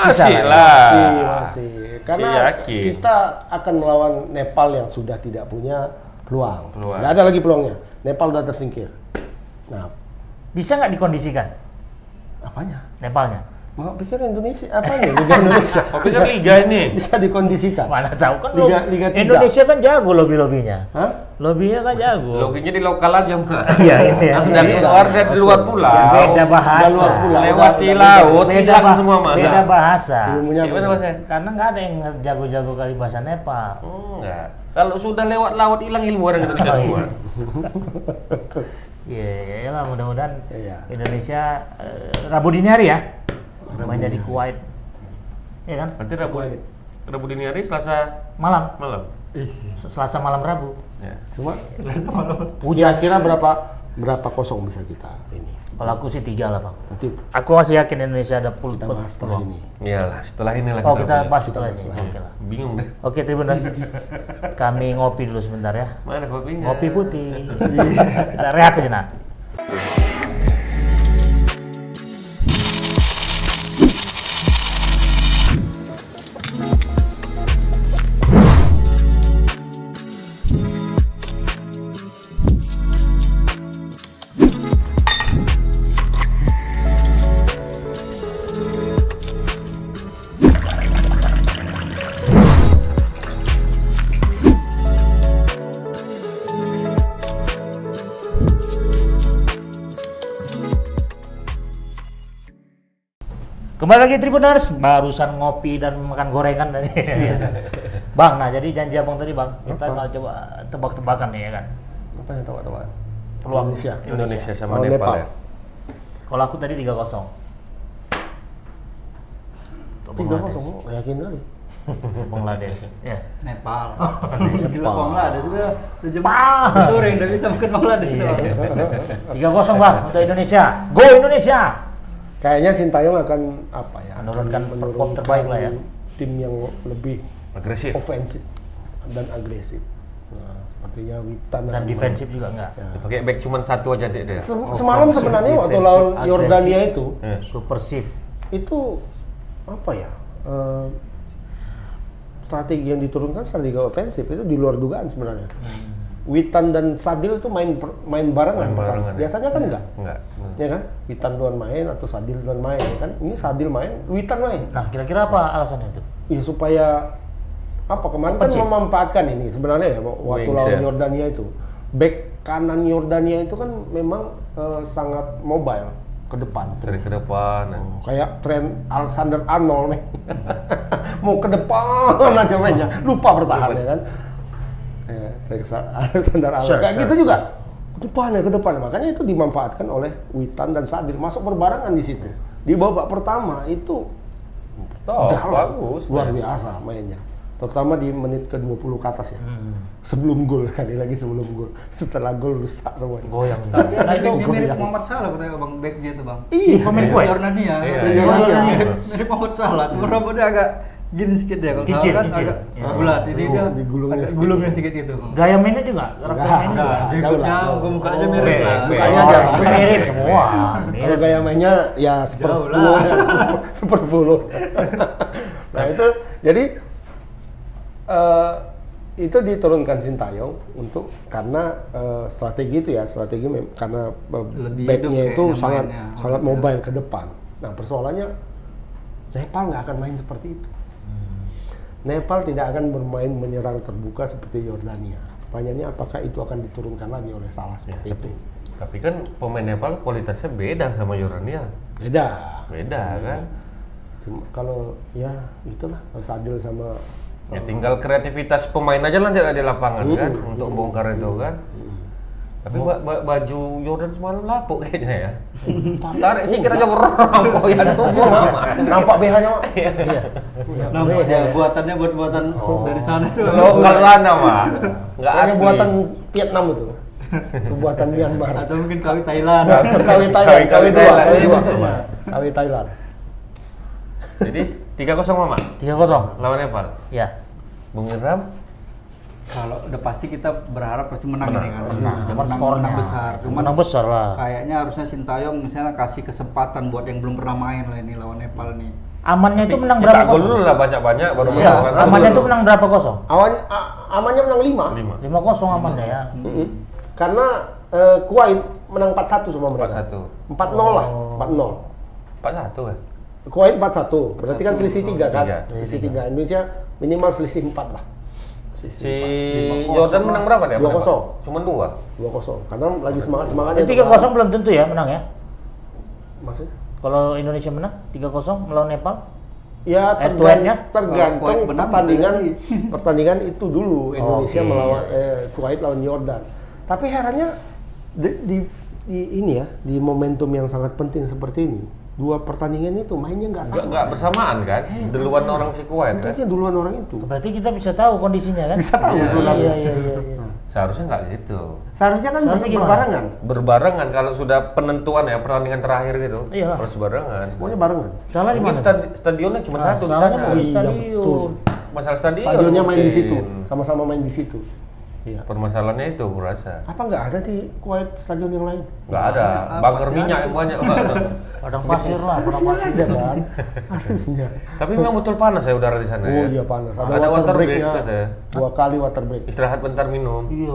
Speaker 1: Sisa ya? lah.
Speaker 3: Masih lah.
Speaker 2: masih masih karena
Speaker 3: Saya Ah, yakin.
Speaker 2: kita akan melawan Nepal yang sudah tidak punya peluang.
Speaker 3: Peluang.
Speaker 2: Nggak ada lagi peluangnya. Nepal sudah tersingkir. Nah,
Speaker 1: bisa nggak dikondisikan
Speaker 2: apanya?
Speaker 1: Nepalnya?
Speaker 2: Mau pikir Indonesia apanya? Liga Indonesia.
Speaker 3: Kok bisa liga ini?
Speaker 2: Bisa dikondisikan.
Speaker 1: Mana tahu kan lo-
Speaker 2: Liga- Liga tiga.
Speaker 1: Indonesia kan jago lobby lobinya,
Speaker 2: Hah?
Speaker 1: lobinya kan jago.
Speaker 3: Loginya di lokal aja, Mbak.
Speaker 1: Iya iya. iya.
Speaker 3: Dan keluar dari luar pulau.
Speaker 1: Beda bahasa.
Speaker 2: Keluar pulau.
Speaker 3: Lewati
Speaker 2: Udah-
Speaker 3: laut,
Speaker 1: Beda,
Speaker 3: hilang
Speaker 1: bah-
Speaker 3: semua, Nah. Mbak.
Speaker 1: beda bahasa.
Speaker 2: Ilmunya
Speaker 3: Gimana,
Speaker 2: Iya, beda.
Speaker 3: Mas? ya?
Speaker 1: Karena nggak ada yang jago-jago kali bahasa Nepal.
Speaker 3: Enggak. Kalau sudah lewat laut, hilang ilmu orang Indonesia
Speaker 1: Oh, iya.
Speaker 3: semua.
Speaker 1: Iya, lah mudah-mudahan
Speaker 2: Iya.
Speaker 1: Indonesia eh, Rabu dini hari ya. mainnya
Speaker 2: Iya.
Speaker 1: di Kuwait ya kan
Speaker 3: Nanti Rabu Rabu dini hari Selasa
Speaker 1: malam
Speaker 3: malam.
Speaker 1: Selasa malam Rabu
Speaker 3: Ya.
Speaker 2: Cuma kira-kira berapa berapa kosong bisa kita ini?
Speaker 1: kalau aku sih tiga lah pak
Speaker 2: Nanti
Speaker 1: aku masih yakin Indonesia ada pul
Speaker 2: kita
Speaker 1: pul-
Speaker 2: bahas setelah ini.
Speaker 3: Iyalah, setelah inilah
Speaker 1: oh kita
Speaker 3: mulai.
Speaker 1: bahas setelah
Speaker 2: Iya.
Speaker 1: ini oke lah
Speaker 3: Bingung deh.
Speaker 1: oke Tribuners kami ngopi dulu sebentar
Speaker 2: Iya.
Speaker 1: ya
Speaker 3: Mana kopinya?
Speaker 1: ngopi putih kita rehat sejenak Kembali lagi Tribuners, barusan ngopi dan makan gorengan tadi. bang, nah jadi janji abang tadi bang, kita
Speaker 2: Iya. Apa?
Speaker 1: mau coba tebak-tebakan nih ya kan.
Speaker 2: Apa yang tebak-tebakan?
Speaker 1: Peluang.
Speaker 2: Indonesia.
Speaker 3: Indonesia sama
Speaker 2: Lawan
Speaker 3: Nepal,
Speaker 2: Nepal.
Speaker 3: ya.
Speaker 1: Kalau aku tadi 3-0. Untuk
Speaker 2: Tiga
Speaker 1: Bangladesh.
Speaker 2: kosong, yakin kali.
Speaker 1: Untuk Bangladesh.
Speaker 2: Iya.
Speaker 1: Ya.
Speaker 4: Nepal.
Speaker 2: Nepal.
Speaker 4: Gila Bangladesh sudah sudah jam
Speaker 1: Nepal.
Speaker 4: sore udah bisa makan Bangladesh. Bang.
Speaker 1: 3-0 bang untuk Indonesia. Go Indonesia.
Speaker 2: Kayaknya Sintayong akan apa ya? akan
Speaker 1: Menurunkan perform
Speaker 2: menurunkan
Speaker 1: terbaik lah ya.
Speaker 2: Tim yang lebih
Speaker 3: Agresif.
Speaker 2: ofensif dan agresif. Nah, sepertinya Witan
Speaker 1: Dan
Speaker 2: akan
Speaker 1: defensif juga enggak.
Speaker 2: main. Ya.
Speaker 3: Pakai back cuman satu aja deh ya? dia.
Speaker 2: Se- semalam sebenarnya waktu
Speaker 1: defensif,
Speaker 2: lawan
Speaker 1: agresif.
Speaker 2: Yordania itu,
Speaker 3: Eh.
Speaker 1: Super shift.
Speaker 2: itu apa ya? eh, strategi yang diturunkan strategi ofensif itu di luar dugaan sebenarnya.
Speaker 1: Hmm.
Speaker 2: Witan dan Sadil itu main per- main
Speaker 3: Main
Speaker 2: barengan. pertama.
Speaker 3: barengan, ya.
Speaker 2: Biasanya kan enggak.
Speaker 3: Enggak. Hmm.
Speaker 2: Ya kan? Witan duluan main atau Sadil duluan main ya kan? Ini Sadil main, Witan main.
Speaker 1: Nah kira-kira apa alasannya itu?
Speaker 2: Ya supaya apa kemarin kan
Speaker 1: sih?
Speaker 2: memanfaatkan ini sebenarnya ya waktu
Speaker 3: Wings,
Speaker 2: lawan
Speaker 3: ya.
Speaker 2: Yordania itu. Back kanan Yordania itu kan memang eh, sangat mobile ke depan.
Speaker 3: Sering ke depan. nah.
Speaker 2: Oh, Kayak tren Alexander Arnold nih. Mau ke depan
Speaker 1: Iya.
Speaker 2: aja mainnya, lupa bertahan ya kan. Ya, saya kesa- Alexander Arnold.
Speaker 1: Sure,
Speaker 2: Kayak
Speaker 1: sure,
Speaker 2: gitu juga. Ke depan ya, ke depan. Makanya itu dimanfaatkan oleh Witan dan Sadil masuk berbarengan di situ. Di babak pertama itu
Speaker 3: Toh,
Speaker 2: Jalan.
Speaker 3: bagus.
Speaker 2: Luar biasa mainnya. Terutama di menit ke-20 ke atas ya. Sebelum gol kali lagi sebelum gol. Setelah gol rusak semuanya.
Speaker 1: Goyang.
Speaker 4: Tapi
Speaker 1: nah itu
Speaker 4: dia mirip
Speaker 2: goyang.
Speaker 4: Muhammad Salah kata Bang back dia tuh Bang.
Speaker 2: Iya,
Speaker 1: pemain
Speaker 4: Mirip
Speaker 1: kue.
Speaker 4: Jordania.
Speaker 3: Iya,
Speaker 4: Mirip
Speaker 2: iya.
Speaker 4: Jordania.
Speaker 2: Iya.
Speaker 4: Mirip- Mirip Muhammad Salah, cuma rambutnya agak gini sikit deh kalau Salah
Speaker 1: Kincir,
Speaker 4: kan
Speaker 1: kincir.
Speaker 4: agak
Speaker 1: Iya.
Speaker 4: bulat. Jadi dia
Speaker 2: Digulungnya
Speaker 4: agak
Speaker 2: sedikit.
Speaker 4: gulungnya sedikit gitu. Nah,
Speaker 1: Gaya mainnya juga. Gerakan
Speaker 2: Enggak,
Speaker 1: mainnya
Speaker 4: Enggak,
Speaker 1: juga.
Speaker 2: jauh
Speaker 4: dia
Speaker 2: lah, jauh.
Speaker 4: muka- mukanya
Speaker 1: Oh,
Speaker 4: mirip lah.
Speaker 3: back,
Speaker 1: Mukanya
Speaker 2: back.
Speaker 1: ada
Speaker 2: Back.
Speaker 1: mirip semua.
Speaker 2: Kalau
Speaker 1: Mirip.
Speaker 2: gaya mainnya ya seper
Speaker 4: Iya. Jauh
Speaker 2: sepuluh,
Speaker 4: lah.
Speaker 2: ya, seper sepuluh. nah itu jadi eh, itu diturunkan Sintayong untuk karena eh, strategi itu ya strategi mem- karena eh,
Speaker 4: Lebih
Speaker 2: backnya
Speaker 4: hidup ya, Oh,
Speaker 2: itu
Speaker 4: kayaknya
Speaker 2: sangat
Speaker 4: mainnya.
Speaker 2: sangat mobile ke depan. Nah persoalannya Nepal nggak akan main seperti itu.
Speaker 4: Hmm.
Speaker 2: Nepal tidak akan bermain menyerang terbuka seperti Yordania. Pertanyaannya apakah itu akan diturunkan lagi oleh Salah
Speaker 4: Ya,
Speaker 2: seperti itu?
Speaker 3: Tapi kan pemain Nepal kualitasnya beda sama Yordania.
Speaker 2: Beda.
Speaker 3: Beda kan?
Speaker 2: Cuma kalau ya itulah harus adil sama Oh.
Speaker 3: Ya tinggal kreativitas pemain aja lanjut di lapangan
Speaker 2: Hmm.
Speaker 3: kan untuk bongkar itu kan. Tapi ba- ba- baju Jordan semalam lapuk kayaknya ya. Tarik sih kita coba rampok Iya. ya semua.
Speaker 2: Hmm. Iya. nampak BH-nya Mak? Iya.
Speaker 4: Nampak dia Nah, buatannya buat buatan
Speaker 1: Oh.
Speaker 4: dari sana tuh.
Speaker 3: Lokal lah nama. Enggak
Speaker 2: Kayaknya
Speaker 3: asli.
Speaker 2: buatan Vietnam itu itu buatan Myanmar
Speaker 4: Atau mungkin kawin Thailand.
Speaker 2: KW Thailand KW
Speaker 3: Kawin
Speaker 2: dua
Speaker 3: Thailand,
Speaker 2: KW dua
Speaker 3: betul, Mak.
Speaker 2: KW Thailand
Speaker 3: Jadi 3-0 Mama
Speaker 1: Tiga kosong.
Speaker 3: lawan Nepal.
Speaker 1: Ya.
Speaker 3: Bung Irham
Speaker 4: Kalau udah pasti kita berharap pasti menang ini kan.
Speaker 1: Cuman
Speaker 4: Menang-
Speaker 1: skornya.
Speaker 4: menang besar. Cuman
Speaker 1: Nah, Menang besar lah.
Speaker 4: kayaknya harusnya Sintayong misalnya kasih kesempatan buat yang belum pernah main lah ini lawan Nepal nih.
Speaker 1: Amannya itu menang berapa
Speaker 3: cetak gol
Speaker 1: kosong?
Speaker 3: dulu lah banyak-banyak baru
Speaker 1: Iya,
Speaker 3: masukkan gol
Speaker 1: amannya
Speaker 3: dulu.
Speaker 1: itu menang berapa kosong?
Speaker 2: awan a- amannya menang 5
Speaker 3: Lima.
Speaker 1: 5 kosong amannya ya.
Speaker 2: karena eh, Kuwait menang 4-1 sama mereka
Speaker 3: 4-1.
Speaker 2: 4-0 lah
Speaker 3: Oh. 4-1 kan.
Speaker 2: 4-0 Kuwait 4-1 berarti kan selisih 3 kan
Speaker 3: Tiga.
Speaker 2: selisih 3 Indonesia minimal selisih 4 lah
Speaker 3: Si
Speaker 4: Lima kosong
Speaker 3: Jordan
Speaker 4: lah.
Speaker 3: menang berapa dia?
Speaker 2: Dua kosong.
Speaker 3: Cuman dua.
Speaker 2: 2-0 karena lagi
Speaker 3: Eh,
Speaker 2: semangat-semangatnya kan.
Speaker 1: Tiga kosong belum tentu ya menang ya.
Speaker 2: maksudnya
Speaker 1: Kalau Indonesia menang 3-0 melawan Nepal.
Speaker 2: Ya
Speaker 1: Head to
Speaker 2: tergan-
Speaker 1: headnya?
Speaker 4: Kalau
Speaker 2: tergantung
Speaker 4: Kuwait menang,
Speaker 2: pertandingan
Speaker 4: bisa
Speaker 2: pertandingan itu dulu Indonesia
Speaker 1: Oke.
Speaker 2: melawan eh, Kuwait lawan Yordan. Tapi herannya di, di- di ini ya di momentum yang sangat penting seperti ini dua pertandingan itu mainnya nggak
Speaker 3: Nggak
Speaker 2: sama.
Speaker 3: nggak bersamaan kan?
Speaker 2: Eh,
Speaker 3: Duluan
Speaker 2: iya.
Speaker 3: orang Sikuen kan?
Speaker 2: Tentunya duluan orang itu.
Speaker 1: Berarti kita bisa tahu kondisinya kan? Bisa
Speaker 2: tahu
Speaker 1: iya,
Speaker 2: sebenarnya.
Speaker 1: Iya, iya, iya, iya.
Speaker 3: Hmm. Seharusnya nggak gitu.
Speaker 2: Seharusnya kan
Speaker 1: Seharusnya
Speaker 2: bisa
Speaker 1: gimana?
Speaker 2: berbarengan.
Speaker 3: Berbarengan kalau sudah penentuan ya pertandingan terakhir gitu.
Speaker 1: Iya.
Speaker 3: Harus barengan.
Speaker 2: Semuanya barengan.
Speaker 1: Salah di
Speaker 3: Mungkin
Speaker 1: mana?
Speaker 3: stadi- stadionnya cuma satu di
Speaker 1: Salahnya
Speaker 3: sana.
Speaker 1: mau di
Speaker 2: Iya, betul.
Speaker 1: stadion.
Speaker 3: Masalah stadion.
Speaker 2: Stadionnya main di
Speaker 3: mungkin.
Speaker 2: situ, sama-sama main di situ. Iya.
Speaker 3: Permasalahannya itu kurasa.
Speaker 2: Apa nggak ada di Kuwait stadion yang lain?
Speaker 3: Nggak ada.
Speaker 2: Ah,
Speaker 3: Bunker minyak yang banyak.
Speaker 1: Padang pasir lah, padang
Speaker 2: Harusnya
Speaker 1: pasir.
Speaker 2: ada kan? Ah, Harusnya.
Speaker 3: Tapi memang betul panas ya udara di sana ya.
Speaker 2: Oh iya panas. Ada,
Speaker 3: Ada water
Speaker 2: break-nya.
Speaker 3: break ya.
Speaker 2: Dua kali water break.
Speaker 3: Istirahat bentar minum.
Speaker 1: Iya.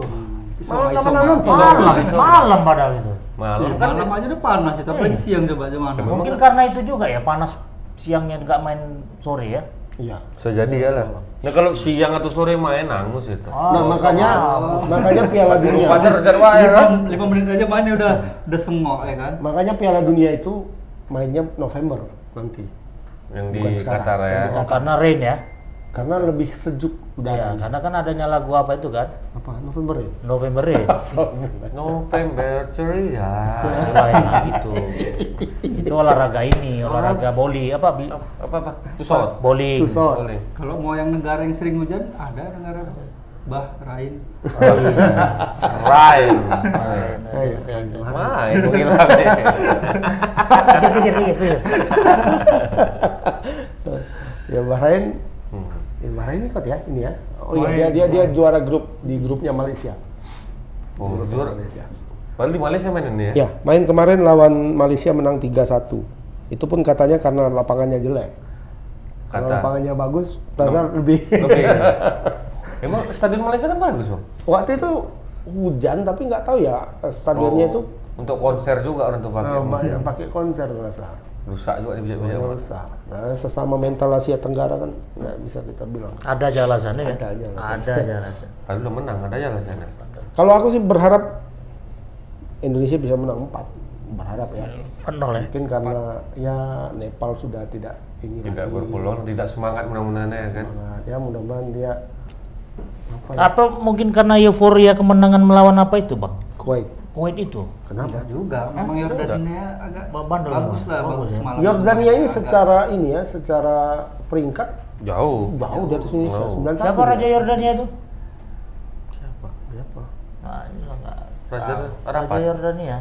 Speaker 2: Malam nggak pernah nonton.
Speaker 1: Malam, malam padahal itu.
Speaker 3: Malam
Speaker 2: Iya,
Speaker 4: Ya,
Speaker 3: kan
Speaker 4: malam Iya, aja udah panas itu, apalagi siang coba aja mana.
Speaker 3: Memang
Speaker 1: Iya. Mungkin
Speaker 3: nggak-
Speaker 1: karena itu juga ya panas siangnya nggak main sore ya.
Speaker 2: Iya.
Speaker 3: bisa jadi ya lah. Nah kalau siang atau sore main angus itu.
Speaker 1: Ah,
Speaker 2: Nah makanya makanya Piala Dunia.
Speaker 3: Padahal dan
Speaker 1: ya.
Speaker 2: Iya,
Speaker 3: wae kan?
Speaker 4: Lima, lima menit aja mainnya udah udah sengok ya kan.
Speaker 2: Makanya Piala Dunia itu mainnya November nanti.
Speaker 3: yang di
Speaker 2: Bukan sekarang.
Speaker 3: Qatar ya.
Speaker 2: Yang di Qatar.
Speaker 1: karena rain ya.
Speaker 2: Karena lebih sejuk
Speaker 1: Ya,
Speaker 2: udara.
Speaker 1: karena kan adanya lagu apa itu kan?
Speaker 2: Apa November ya?
Speaker 1: November Rain.
Speaker 3: Iya. November ceria.
Speaker 1: Wah, enak gitu. Itu olahraga ini, olahraga boli apa? bi-
Speaker 3: apa apa? Tusot.
Speaker 1: Bowling.
Speaker 2: Tusol.
Speaker 3: Boleh.
Speaker 4: Kalau mau yang negara yang sering hujan, ada negara Bah Rain.
Speaker 3: Rain.
Speaker 2: Ayo, ayo.
Speaker 3: Main menghilang deh.
Speaker 1: Pikir, pikir, pikir, pikir.
Speaker 2: Ya Bahrain,
Speaker 3: Hmm.
Speaker 2: ya Bahrain ikut ya ini ya. Oh
Speaker 4: Bahrain,
Speaker 2: iya dia dia dia juara grup di grupnya Malaysia.
Speaker 3: Oh,
Speaker 2: Di grupnya
Speaker 3: juara.
Speaker 2: Malaysia.
Speaker 3: Padahal di Malaysia main ini ya.
Speaker 2: Ya, main kemarin lawan Malaysia menang 3-1. Itu pun katanya karena lapangannya jelek. Kalau
Speaker 3: Kata.
Speaker 2: lapangannya bagus, Razar lebih.
Speaker 3: Lebih. Emang stadion Malaysia kan bagus bang.
Speaker 2: Waktu itu hujan tapi nggak tahu ya stadionnya
Speaker 3: Oh,
Speaker 2: itu
Speaker 3: untuk konser juga orang tuh pakai.
Speaker 2: eh, banyak pakai konser Razar.
Speaker 3: Rusak juga di bijak-bijak. Bang.
Speaker 2: Rusak. Nah, sesama mental Asia Tenggara kan nggak bisa kita bilang.
Speaker 1: Ada aja alasannya kan?
Speaker 2: Ada aja alasannya.
Speaker 1: Ada aja alasannya.
Speaker 3: Padahal udah menang ada ya lah sana.
Speaker 2: Kalau aku sih berharap Indonesia bisa menang 4 berharap ya.
Speaker 1: Penuh ya.
Speaker 2: Mungkin karena ya Nepal sudah tidak ingin
Speaker 3: Tidak
Speaker 2: lagi
Speaker 3: berpulor, tidak semangat mudah-mudahan ya kan.
Speaker 2: semangat. Ya mudah-mudahan dia apa ya?
Speaker 1: Apa mungkin karena euforia kemenangan melawan apa itu, Bang?
Speaker 2: Kuwait.
Speaker 1: Kuwait itu.
Speaker 2: Kenapa?
Speaker 4: Enggak juga, memang Yordania agak
Speaker 1: Ba- bandel
Speaker 4: bagus
Speaker 1: lah.
Speaker 4: lah,
Speaker 1: Bagus
Speaker 4: bagus
Speaker 1: ya.
Speaker 4: malam.
Speaker 2: Yordania ini
Speaker 4: Agak-
Speaker 2: secara ini ya, secara peringkat
Speaker 3: Jauh.
Speaker 2: jauh di atas Indonesia.
Speaker 3: Jauh.
Speaker 2: 91.
Speaker 1: Siapa
Speaker 2: dia.
Speaker 1: Raja Yordania itu?
Speaker 2: Berapa?
Speaker 1: Nah, ini lah nggak-
Speaker 3: Raja
Speaker 2: Nah,
Speaker 1: Ah,
Speaker 3: Rapat.
Speaker 1: Raja Yordania.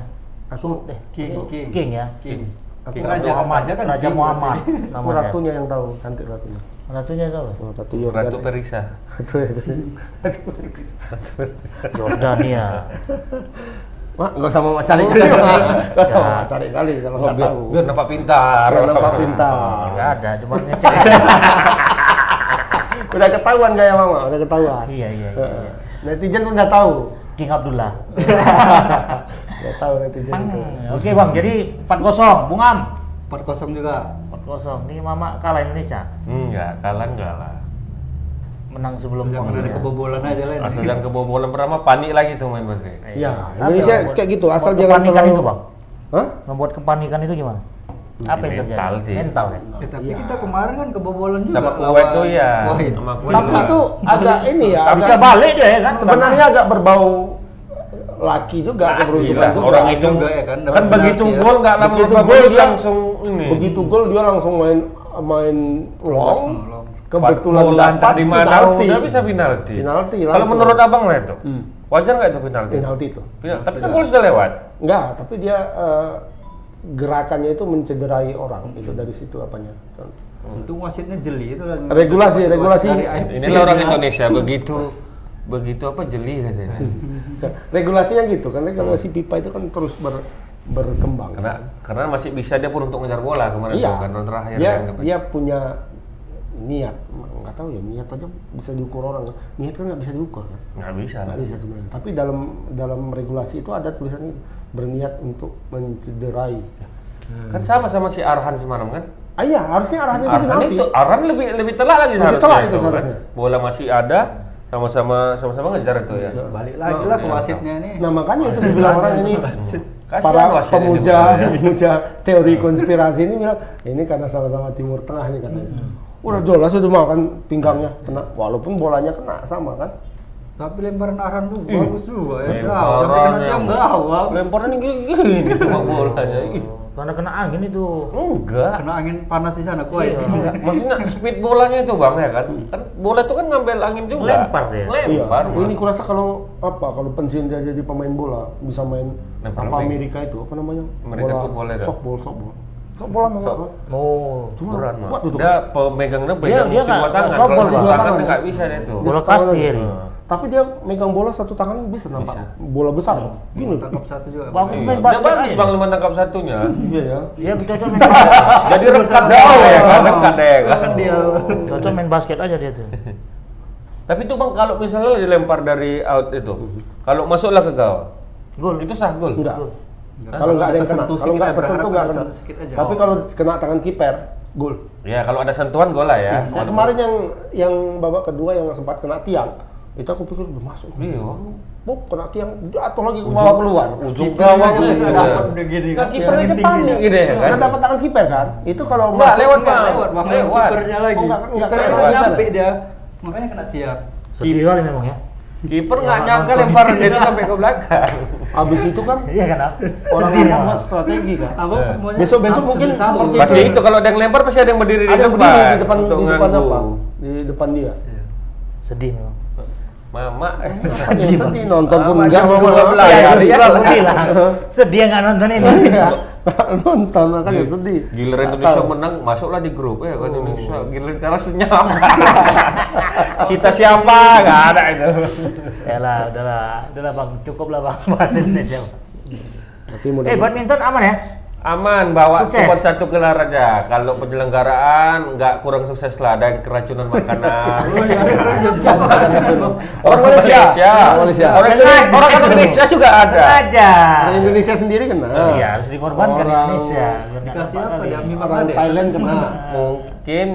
Speaker 2: Aku
Speaker 1: Eh,
Speaker 4: King, King,
Speaker 1: King ya.
Speaker 4: King.
Speaker 2: Aku
Speaker 4: Raja-
Speaker 2: ratu-
Speaker 4: Raja kan
Speaker 1: Raja
Speaker 4: King.
Speaker 1: Muhammad
Speaker 2: aku
Speaker 1: namanya.
Speaker 2: ratunya yang tahu, cantik ratunya.
Speaker 1: Ratunya tahu.
Speaker 2: Oh, ratu
Speaker 3: Ratu
Speaker 2: Yordania.
Speaker 3: Perisa.
Speaker 2: Ratu Yordania.
Speaker 1: Yordania.
Speaker 2: Wah, nggak usah mau cari kali. Nggak usah mau cari kali kalau nggak
Speaker 3: Biar,
Speaker 2: tahu.
Speaker 3: biar nampak pintar.
Speaker 2: Oh, Biar nampak
Speaker 3: Ah.
Speaker 2: pintar.
Speaker 1: Enggak ada, cuma ngecek.
Speaker 2: Udah ketahuan kayak mama, udah ketahuan.
Speaker 1: Iya, iya, iya,
Speaker 2: Heeh. Netizen tuh nggak tahu.
Speaker 1: King Abdullah.
Speaker 2: Nggak tahu netizen itu.
Speaker 1: Oke, Bang. Jadi 4-0, Bungam.
Speaker 4: 4-0 juga.
Speaker 1: 4-0. Ini Mama kalah Indonesia.
Speaker 3: Enggak, kalah enggak lah.
Speaker 1: Menang sebelum ya.
Speaker 4: Jangan ada
Speaker 1: waktunya.
Speaker 4: kebobolan aja Ya, lah.
Speaker 3: Asal jangan kebobolan pertama panik lagi tuh main pasti.
Speaker 2: Ya, Indonesia
Speaker 1: Iya. Apa?
Speaker 2: kayak gitu, asal
Speaker 1: Buat
Speaker 2: jangan
Speaker 1: kepanikan
Speaker 2: terlalu-
Speaker 1: kan itu, Bang.
Speaker 2: Hah?
Speaker 1: Membuat kepanikan itu gimana? Apa yang terjadi?
Speaker 3: Mental sih.
Speaker 1: Mental ya.
Speaker 4: Ya, tapi
Speaker 2: Iya.
Speaker 4: kita kemarin kan kebobolan juga.
Speaker 3: Sama Kuwait tuh ya.
Speaker 4: Kuwait.
Speaker 3: Sama Kuwait
Speaker 2: Tapi
Speaker 3: juga.
Speaker 2: itu agak ini ya.
Speaker 1: Nggak
Speaker 2: agak-
Speaker 1: bisa balik dia ya kan?
Speaker 2: Sebenarnya agak berbau laki juga keberuntungan
Speaker 3: Nah, Gila,
Speaker 2: juga.
Speaker 3: orang
Speaker 4: Itu
Speaker 3: itu
Speaker 4: enggak ya kan,
Speaker 3: kan,
Speaker 4: dapat
Speaker 3: begitu
Speaker 4: penalti ya.
Speaker 3: gol nggak lama
Speaker 2: Begitu
Speaker 3: begitu
Speaker 2: gol
Speaker 3: gol
Speaker 2: dia-
Speaker 3: langsung ini.
Speaker 2: Begitu gol dia langsung main main long.
Speaker 4: long.
Speaker 2: Kebetulan
Speaker 3: Bola entah di
Speaker 2: dapat
Speaker 3: mana
Speaker 2: penalti.
Speaker 3: udah bisa penalti.
Speaker 2: Penalti
Speaker 3: Kalau
Speaker 2: langsung. Hmm.
Speaker 3: menurut Abang lah itu. Wajar nggak itu penalti?
Speaker 2: Penalti itu.
Speaker 3: Penalti. Tapi kan gol sudah lewat.
Speaker 2: Enggak, tapi dia eh, gerakannya itu mencederai orang.
Speaker 3: Hmm.
Speaker 2: Itu dari situ apanya.
Speaker 4: Untung wasitnya jeli itu. kan. Wasit
Speaker 2: Regulasi, regulasi.
Speaker 4: dari IFC.
Speaker 3: Inilah orang Indonesia begitu begitu apa jeli katanya.
Speaker 2: Regulasinya gitu, karena kalau si pipa itu kan terus ber-
Speaker 3: Oh.
Speaker 2: berkembang.
Speaker 3: karena karena masih bisa dia pun untuk ngejar bola kemarin
Speaker 2: iya.
Speaker 3: tuh kan orang terakhir
Speaker 2: dia,
Speaker 3: kan.
Speaker 2: dia punya niat, nggak tahu ya niat aja bisa diukur orang. Niat kan nggak bisa diukur kan.
Speaker 3: nggak bisa lah.
Speaker 2: Nggak bisa sebenarnya. Tapi dalam dalam regulasi itu ada tulisannya berniat untuk mencederai.
Speaker 3: Kan sama sama si Arhan semalam kan.
Speaker 2: Ah iya, harusnya arahnya itu
Speaker 3: Arhan
Speaker 2: penalti.
Speaker 3: itu Arhan lebih lebih telak lagi kan?
Speaker 2: Lebih telak itu seharusnya.
Speaker 3: Bola masih ada sama-sama sama-sama ngejar itu ya.
Speaker 4: Balik lagi lah ke wasitnya nih.
Speaker 2: Nah makanya itu dibilang orang ini
Speaker 3: Kasihan
Speaker 2: para
Speaker 3: wasitnya
Speaker 2: pemuja
Speaker 3: ini, Mas, ya.
Speaker 2: pemuja teori konspirasi ini bilang ini karena sama-sama Timur Tengah nih katanya.
Speaker 3: Hmm.
Speaker 2: Udah jelas sudah makan pinggangnya kena walaupun bolanya kena sama kan.
Speaker 4: Tapi lemparan Arhan tuh bagus juga ya. Jauh, sampai
Speaker 3: Lemparan
Speaker 4: kena tiang
Speaker 3: yang-
Speaker 4: gawang.
Speaker 3: Lemparan ini gini-gini cuma gitu, bolanya. Ih,
Speaker 1: Karena kena angin itu.
Speaker 3: Enggak.
Speaker 4: Kena angin panas di sana, kuat.
Speaker 1: Iya.
Speaker 3: Maksudnya speed bolanya itu bang ya kan? Kan bola itu kan ngambil angin juga.
Speaker 1: Lempar dia.
Speaker 3: Lempar. Bang.
Speaker 2: Iya. Ini kurasa kalau apa kalau pensiun dia jadi pemain bola bisa main
Speaker 3: Lempar
Speaker 2: apa
Speaker 3: lebih.
Speaker 2: Amerika itu apa namanya?
Speaker 3: Nah, Amerika football ya, kan?
Speaker 2: softball, softball. Softball sama
Speaker 3: Sok-
Speaker 2: apa?
Speaker 1: Oh.
Speaker 2: Cuma
Speaker 3: Berat mah.
Speaker 2: kuat itu.
Speaker 3: Dia pemegangnya pegang
Speaker 1: dia
Speaker 3: mesti dua
Speaker 1: nggak-
Speaker 3: tangan.
Speaker 1: nggak
Speaker 3: Kalau
Speaker 2: sobol
Speaker 3: satu
Speaker 2: dua
Speaker 3: tangan
Speaker 2: tangan.
Speaker 3: nggak bisa dia itu.
Speaker 1: Bola
Speaker 2: setara
Speaker 1: kastil.
Speaker 2: lagi. Tapi dia megang bola satu tangan bisa nampak. Bola besar ya. Gini.
Speaker 4: Tangkap satu juga.
Speaker 1: Bagus
Speaker 3: Iya.
Speaker 1: main
Speaker 3: Dia
Speaker 1: basket
Speaker 3: bagus
Speaker 1: aja.
Speaker 3: bang lima tangkap satunya.
Speaker 2: Iya ya.
Speaker 1: Iya, cocok main basket.
Speaker 3: Jadi rekat jauh ya
Speaker 4: Oh.
Speaker 3: kan? Rekat ya kan?
Speaker 1: Cocok main basket aja dia tuh.
Speaker 3: Tapi itu bang kalau misalnya dilempar dari out itu, kalau masuklah ke gawang,
Speaker 1: Gol.
Speaker 3: itu sah gol.
Speaker 2: Enggak. Kalau nggak ada yang kena,
Speaker 4: Tersentuh
Speaker 2: kalau
Speaker 4: sikit
Speaker 2: nggak
Speaker 4: aja,
Speaker 2: tersentuh
Speaker 4: berharap
Speaker 2: nggak
Speaker 4: ada
Speaker 2: kena.
Speaker 4: satu sikit aja.
Speaker 2: Tapi
Speaker 4: Oh.
Speaker 2: kalau kena tangan kiper, gol.
Speaker 3: Ya kalau ada sentuhan gol lah ya.
Speaker 2: Nah, kemarin yang yang babak kedua yang sempat kena tiang, itu aku pikir udah masuk.
Speaker 3: Iya.
Speaker 2: Buk, kena tiang, jatuh lagi ke bawah keluar.
Speaker 3: Ujung
Speaker 4: Kipernya
Speaker 3: gawang
Speaker 4: juga
Speaker 3: gitu.
Speaker 4: dapat udah gini,
Speaker 3: Nah,
Speaker 4: kan?
Speaker 3: kipernya
Speaker 4: Yang
Speaker 3: aja panik
Speaker 4: tinggi
Speaker 3: gitu ya kan?
Speaker 2: Karena dapat tangan kiper kan? Itu kalau
Speaker 3: Enggak,
Speaker 2: masuk
Speaker 3: lewat
Speaker 4: Enggak,
Speaker 3: bang.
Speaker 4: lewat bang,
Speaker 3: Lewat.
Speaker 4: kipernya lagi.
Speaker 2: Oh, enggak, enggak,
Speaker 4: Kipernya
Speaker 2: enggak,
Speaker 4: nggak
Speaker 2: enggak.
Speaker 4: nyampe dia, makanya kena tiang.
Speaker 1: Sedih kali memang ya.
Speaker 3: Kiper nggak nyangka lemparan dia itu sampai ke belakang.
Speaker 2: habis itu kan
Speaker 1: Iya kan? Ab?
Speaker 2: orang
Speaker 1: Sedih ya.
Speaker 2: orang buat strategi kan.
Speaker 4: Abang
Speaker 3: Eh.
Speaker 4: maunya
Speaker 2: Besok-besok
Speaker 4: sam-
Speaker 2: mungkin
Speaker 4: sebesar
Speaker 2: seperti
Speaker 4: sama.
Speaker 3: Pasti itu kalau ada yang lempar pasti ada yang berdiri di
Speaker 2: Ada yang
Speaker 3: depan.
Speaker 2: berdiri di depan
Speaker 3: untuk
Speaker 2: di depan
Speaker 3: nganggu.
Speaker 2: apa? Di depan dia.
Speaker 1: Sedih memang.
Speaker 3: Mama.
Speaker 2: Sedih, sedih nonton pun
Speaker 3: Sama jam
Speaker 2: enggak mama.
Speaker 3: 12
Speaker 1: Iya,
Speaker 3: ya,
Speaker 1: itu
Speaker 3: iya.
Speaker 1: juga aku bilang. Sedih nggak nonton ini.
Speaker 2: Iya. Nonton kan ya sedih.
Speaker 3: Giliran
Speaker 2: Nggak
Speaker 3: Indonesia
Speaker 2: tahu.
Speaker 3: menang, masuklah di grup ya kan Indonesia. Giliran kalah senyap. Kita siapa? Gak ada itu.
Speaker 1: Ya lah, udahlah, udahlah bang, cukup lah bang bahas Indonesia.
Speaker 2: Tapi
Speaker 1: Eh,
Speaker 2: mudah-mudahan
Speaker 1: badminton aman ya?
Speaker 3: Aman, bawa
Speaker 1: Sukses.
Speaker 3: cuma satu gelar aja. Kalau penyelenggaraan nggak kurang sukses lah, ada yang keracunan makanan.
Speaker 2: Orang Malaysia. Orang Malaysia.
Speaker 3: Orang Indonesia, orang Indonesia juga ada.
Speaker 1: Sengaja.
Speaker 2: Orang Indonesia sendiri kena.
Speaker 1: Iya, harus dikorbankan
Speaker 2: Orang-
Speaker 1: Indonesia. biar nggak
Speaker 4: Dikasih
Speaker 1: apa-apa
Speaker 4: apa
Speaker 1: kali.
Speaker 4: dia? Ami
Speaker 2: Orang
Speaker 4: Mamadesh.
Speaker 2: Thailand kena.
Speaker 3: Mungkin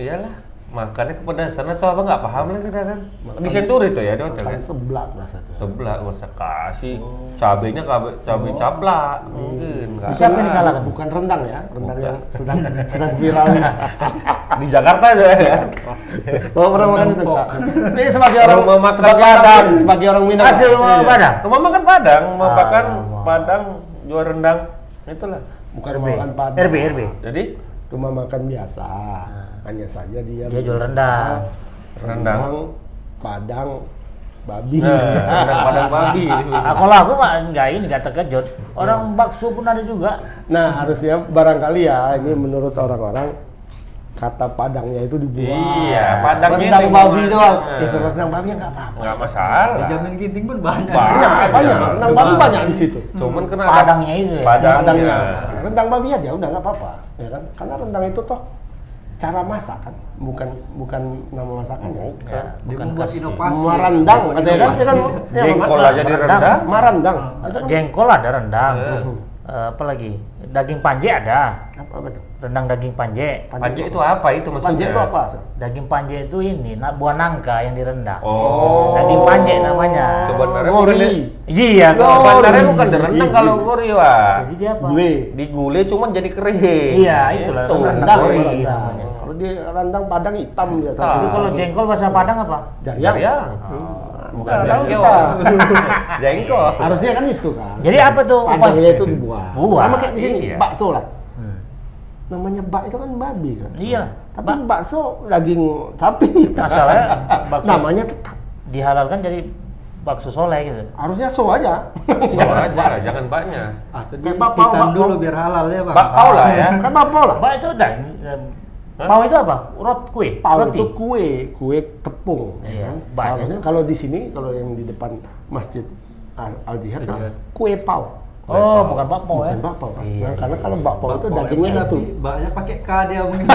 Speaker 3: iyalah makannya kepedasan atau apa nggak paham lah kita kan. Di Senturi tuh ya di hotel
Speaker 2: Kan
Speaker 3: kan.
Speaker 2: seblak rasa tuh.
Speaker 3: Sebelah gak usah kasih cabenya cabe cabe caplak mungkin nggak
Speaker 1: Siapa yang disalahkan?
Speaker 2: Bukan rendang ya, rendang yang sedang sedang viral ini.
Speaker 3: di Jakarta aja ya.
Speaker 2: Bapak Oh, pernah makan itu enggak? Ini sebagai orang
Speaker 3: Rumah makan
Speaker 2: sebagai
Speaker 3: Padang.
Speaker 2: orang sebagai orang Minang.
Speaker 1: Hasil rumah
Speaker 2: Iya.
Speaker 1: Padang.
Speaker 3: Rumah makan Padang, rumah
Speaker 1: Ah,
Speaker 3: makan
Speaker 1: rumah.
Speaker 3: Padang jual rendang itulah.
Speaker 2: Bukan
Speaker 1: RB,
Speaker 2: rumah makan Padang.
Speaker 1: RB, RB.
Speaker 3: Jadi
Speaker 2: Rumah makan biasa. Hanya saja dia
Speaker 1: Dia jual rendang.
Speaker 3: rendang.
Speaker 2: Padang babi.
Speaker 3: Nah, rendang Padang babi.
Speaker 1: Aku lah, aku nggak nggak ini nggak terkejut.
Speaker 3: Iya.
Speaker 1: Orang bakso pun ada juga.
Speaker 2: Nah, harusnya barangkali ya ini menurut orang-orang kata Padangnya itu dibuang.
Speaker 3: Iya, Padangnya
Speaker 2: rendang
Speaker 3: itu dibuang.
Speaker 2: babi
Speaker 1: Eh.
Speaker 2: doang.
Speaker 3: Nah.
Speaker 2: Ya kalau rendang babi ya enggak apa-apa.
Speaker 3: nggak masalah.
Speaker 4: Dijamin ginting pun banyak.
Speaker 3: Banyak,
Speaker 2: Banyak, banyak. Rendang babi banyak di situ.
Speaker 3: Cuman kena ada-
Speaker 1: Padangnya itu ya.
Speaker 3: Padangnya.
Speaker 2: Padangnya.
Speaker 1: Iya.
Speaker 2: Rendang babi aja udah nggak apa-apa, ya kan? Karena rendang itu toh cara masak kan, bukan bukan nama ya. masakannya.
Speaker 1: Iya.
Speaker 3: Kan.
Speaker 4: Dia
Speaker 1: Bukan
Speaker 4: membuat
Speaker 1: kasih.
Speaker 4: inovasi.
Speaker 2: Marandang, ada ya kan? Dia kan ya,
Speaker 3: Jengkol
Speaker 2: ma-
Speaker 3: aja di
Speaker 1: rendang.
Speaker 3: rendang.
Speaker 2: Marandang.
Speaker 1: Ah,
Speaker 2: Ada kan?
Speaker 1: Jengkol ada rendang.
Speaker 3: Eh.
Speaker 1: Eh, apa lagi? Daging panje ada.
Speaker 2: Apa apa tuh?
Speaker 1: Rendang daging panje.
Speaker 3: Panje itu apa itu maksudnya?
Speaker 2: Panjang itu apa? Sir?
Speaker 1: Daging panje itu ini na- buah nangka yang direndang.
Speaker 3: Oh.
Speaker 1: Daging panje namanya.
Speaker 3: Sebenarnya
Speaker 2: Ngori.
Speaker 3: bukan
Speaker 1: Iya,
Speaker 3: Kalau
Speaker 1: kok.
Speaker 3: Sebenarnya bukan direndang kalau ngori wah.
Speaker 1: Jadi dia apa?
Speaker 2: Oh. Gule.
Speaker 3: Digulai cuman jadi kering.
Speaker 1: Iya, itulah
Speaker 3: Itu.
Speaker 1: rendang.
Speaker 2: Rendang.
Speaker 1: Gori.
Speaker 2: rendang. Kalau di rendang Padang hitam biasa.
Speaker 3: Ah.
Speaker 1: Jadi kalau jengkol bahasa Padang apa?
Speaker 2: jariang.
Speaker 3: Jariang. Ah, Bukan
Speaker 2: Nggak tahu
Speaker 3: jengkol. Jengkol.
Speaker 2: Harusnya kan itu kan.
Speaker 1: Jadi apa tuh?
Speaker 2: Padangnya itu dibuang.
Speaker 1: Buah. Hmm.
Speaker 2: Sama kayak di sini,
Speaker 3: Iya.
Speaker 2: bakso lah. Namanya bak itu kan babi kan.
Speaker 1: Iya.
Speaker 2: Tapi bakso daging sapi.
Speaker 1: Masalahnya bakso
Speaker 2: Namanya tetap.
Speaker 1: dihalalkan jadi bakso soleh gitu.
Speaker 2: Harusnya so aja.
Speaker 3: Soal aja lah, jangan banyak.
Speaker 4: Atau
Speaker 2: Kayak
Speaker 4: dia
Speaker 2: bakpao,
Speaker 4: hitam
Speaker 2: bakpao.
Speaker 4: dulu biar halal ya bang.
Speaker 3: Bakpao lah ya.
Speaker 2: kan apa lah.
Speaker 1: Pak itu dan
Speaker 3: Hah?
Speaker 1: Pau itu apa? Rot kue.
Speaker 2: Pau
Speaker 1: Roti?
Speaker 2: itu kue, kue tepung.
Speaker 1: Iya,
Speaker 2: ya kan?
Speaker 1: banyak.
Speaker 2: Seharusnya kalau di sini, kalau yang di depan masjid Al- Al Jihad,
Speaker 4: Iya.
Speaker 2: nah, kue pau.
Speaker 1: Oh, bukan bakpao ya.
Speaker 2: Bukan bakpau. kan?
Speaker 1: Iya,
Speaker 2: Nah, karena kalau bakpau itu
Speaker 4: Bakpao
Speaker 2: dagingnya
Speaker 4: tapi
Speaker 2: itu.
Speaker 4: Baknya pakai K dia mungkin.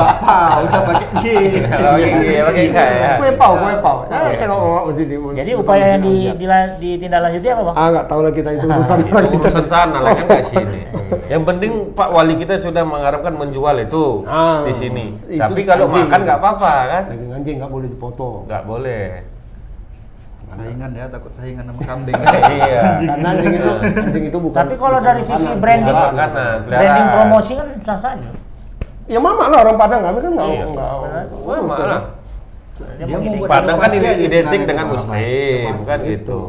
Speaker 4: Bakpao udah pakai G.
Speaker 3: Oke, oke,
Speaker 1: Iya,
Speaker 3: ya.
Speaker 2: Kue pau, kue pau. Nah,
Speaker 3: Iya.
Speaker 2: kalau orang di sini,
Speaker 1: Jadi
Speaker 2: di depan
Speaker 1: upaya yang di, Nah,
Speaker 2: masjid Al Jihad.
Speaker 1: dila- ditindaklanjuti apa, Bang?
Speaker 2: Ah, nggak tahu lah kita itu urusan
Speaker 3: Itu
Speaker 2: orang kita.
Speaker 3: urusan sana lah kan nggak sini. Yang penting Pak Wali kita sudah mengharapkan menjual itu
Speaker 2: Ah,
Speaker 3: di sini.
Speaker 2: itu
Speaker 3: Tapi kalau
Speaker 2: anjing.
Speaker 3: makan nggak apa-apa kan?
Speaker 2: Daging anjing nggak boleh dipotong.
Speaker 3: Nggak boleh.
Speaker 4: Saingan ya takut saingan sama kambing.
Speaker 3: Iya.
Speaker 2: Karena anjing itu anjing itu bukan.
Speaker 1: Iya. Tapi kalau
Speaker 2: bukan
Speaker 1: dari sisi
Speaker 2: makanan,
Speaker 1: branding,
Speaker 2: peliharaan.
Speaker 3: Makanan, peliharaan.
Speaker 1: Branding promosi kan sah saja.
Speaker 2: Ya mama lah orang Padang kami kan nggak
Speaker 3: Iya.
Speaker 2: nggak.
Speaker 3: Wah,
Speaker 1: Dia, mau
Speaker 3: malah.
Speaker 4: Dia
Speaker 1: gitu.
Speaker 4: mau
Speaker 1: ini.
Speaker 4: buat-
Speaker 3: Padang kan
Speaker 4: Inovasi aja
Speaker 3: identik
Speaker 4: sebenarnya.
Speaker 3: dengan muslim, kan gitu.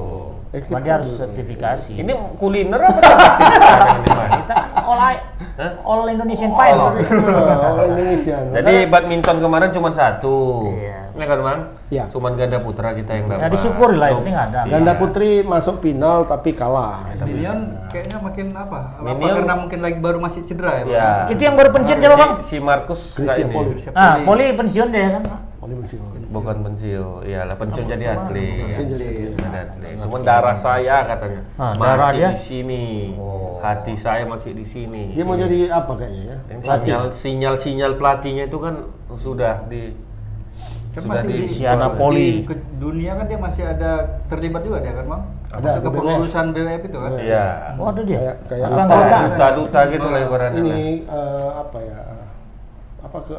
Speaker 2: Eh, kan-
Speaker 1: Cuma dia harus sertifikasi.
Speaker 3: Ini kuliner apa tak sih sekarang ini, Mas?
Speaker 1: kita all I,
Speaker 3: Hah?
Speaker 1: all Indonesian Final.
Speaker 2: oh. Orang Indonesia.
Speaker 3: Jadi badminton kemarin cuma satu.
Speaker 1: Iya.
Speaker 3: Ya kan Bang?
Speaker 2: Iya.
Speaker 3: Cuman ganda putra kita yang dapat.
Speaker 1: Jadi syukur lah, yang
Speaker 3: Loh,
Speaker 1: penting ada.
Speaker 3: Iya.
Speaker 2: Ganda Putri masuk final tapi kalah.
Speaker 4: Minion kayaknya makin apa? apa
Speaker 3: Minion-
Speaker 4: karena mungkin lagi baru masih cedera ya. Bang?
Speaker 3: Iya.
Speaker 1: Itu yang baru pensiun siapa bang?
Speaker 3: Si, si Markus nggak
Speaker 2: Christian
Speaker 3: ini.
Speaker 2: Poli.
Speaker 4: Siapa
Speaker 1: Ah,
Speaker 4: nih?
Speaker 1: Poli pensiun deh kan?
Speaker 2: Poli masih
Speaker 3: Bukan pensil. Iyalah pensiun jadi atlet.
Speaker 2: Pensiun jadi atlet.
Speaker 3: Jadi atlet. Cuman darah saya katanya
Speaker 1: Ah,
Speaker 3: masih
Speaker 1: darah dia?
Speaker 3: di sini. Hati saya masih di sini.
Speaker 2: Dia mau jadi apa kayaknya ya?
Speaker 3: Dan Iya. sinyal sinyal sinyal pelatihnya itu kan sudah di
Speaker 4: Kan
Speaker 3: sudah
Speaker 4: masih
Speaker 3: di, iya.
Speaker 4: di-
Speaker 1: Si anak Poli.
Speaker 4: Di ke dunia kan dia masih ada terlibat juga dia kan, Bang?
Speaker 2: Ada,
Speaker 4: Masuk ke
Speaker 2: BWF.
Speaker 4: pengurusan BWF itu kan.
Speaker 3: Iya.
Speaker 1: Oh ada dia.
Speaker 2: Kayak- kayak
Speaker 1: Apa
Speaker 2: apa?
Speaker 1: nggak ada?
Speaker 3: Duta-duta gitu lah ibaratnya. lah.
Speaker 2: Ini eh, apa ya? Apa ke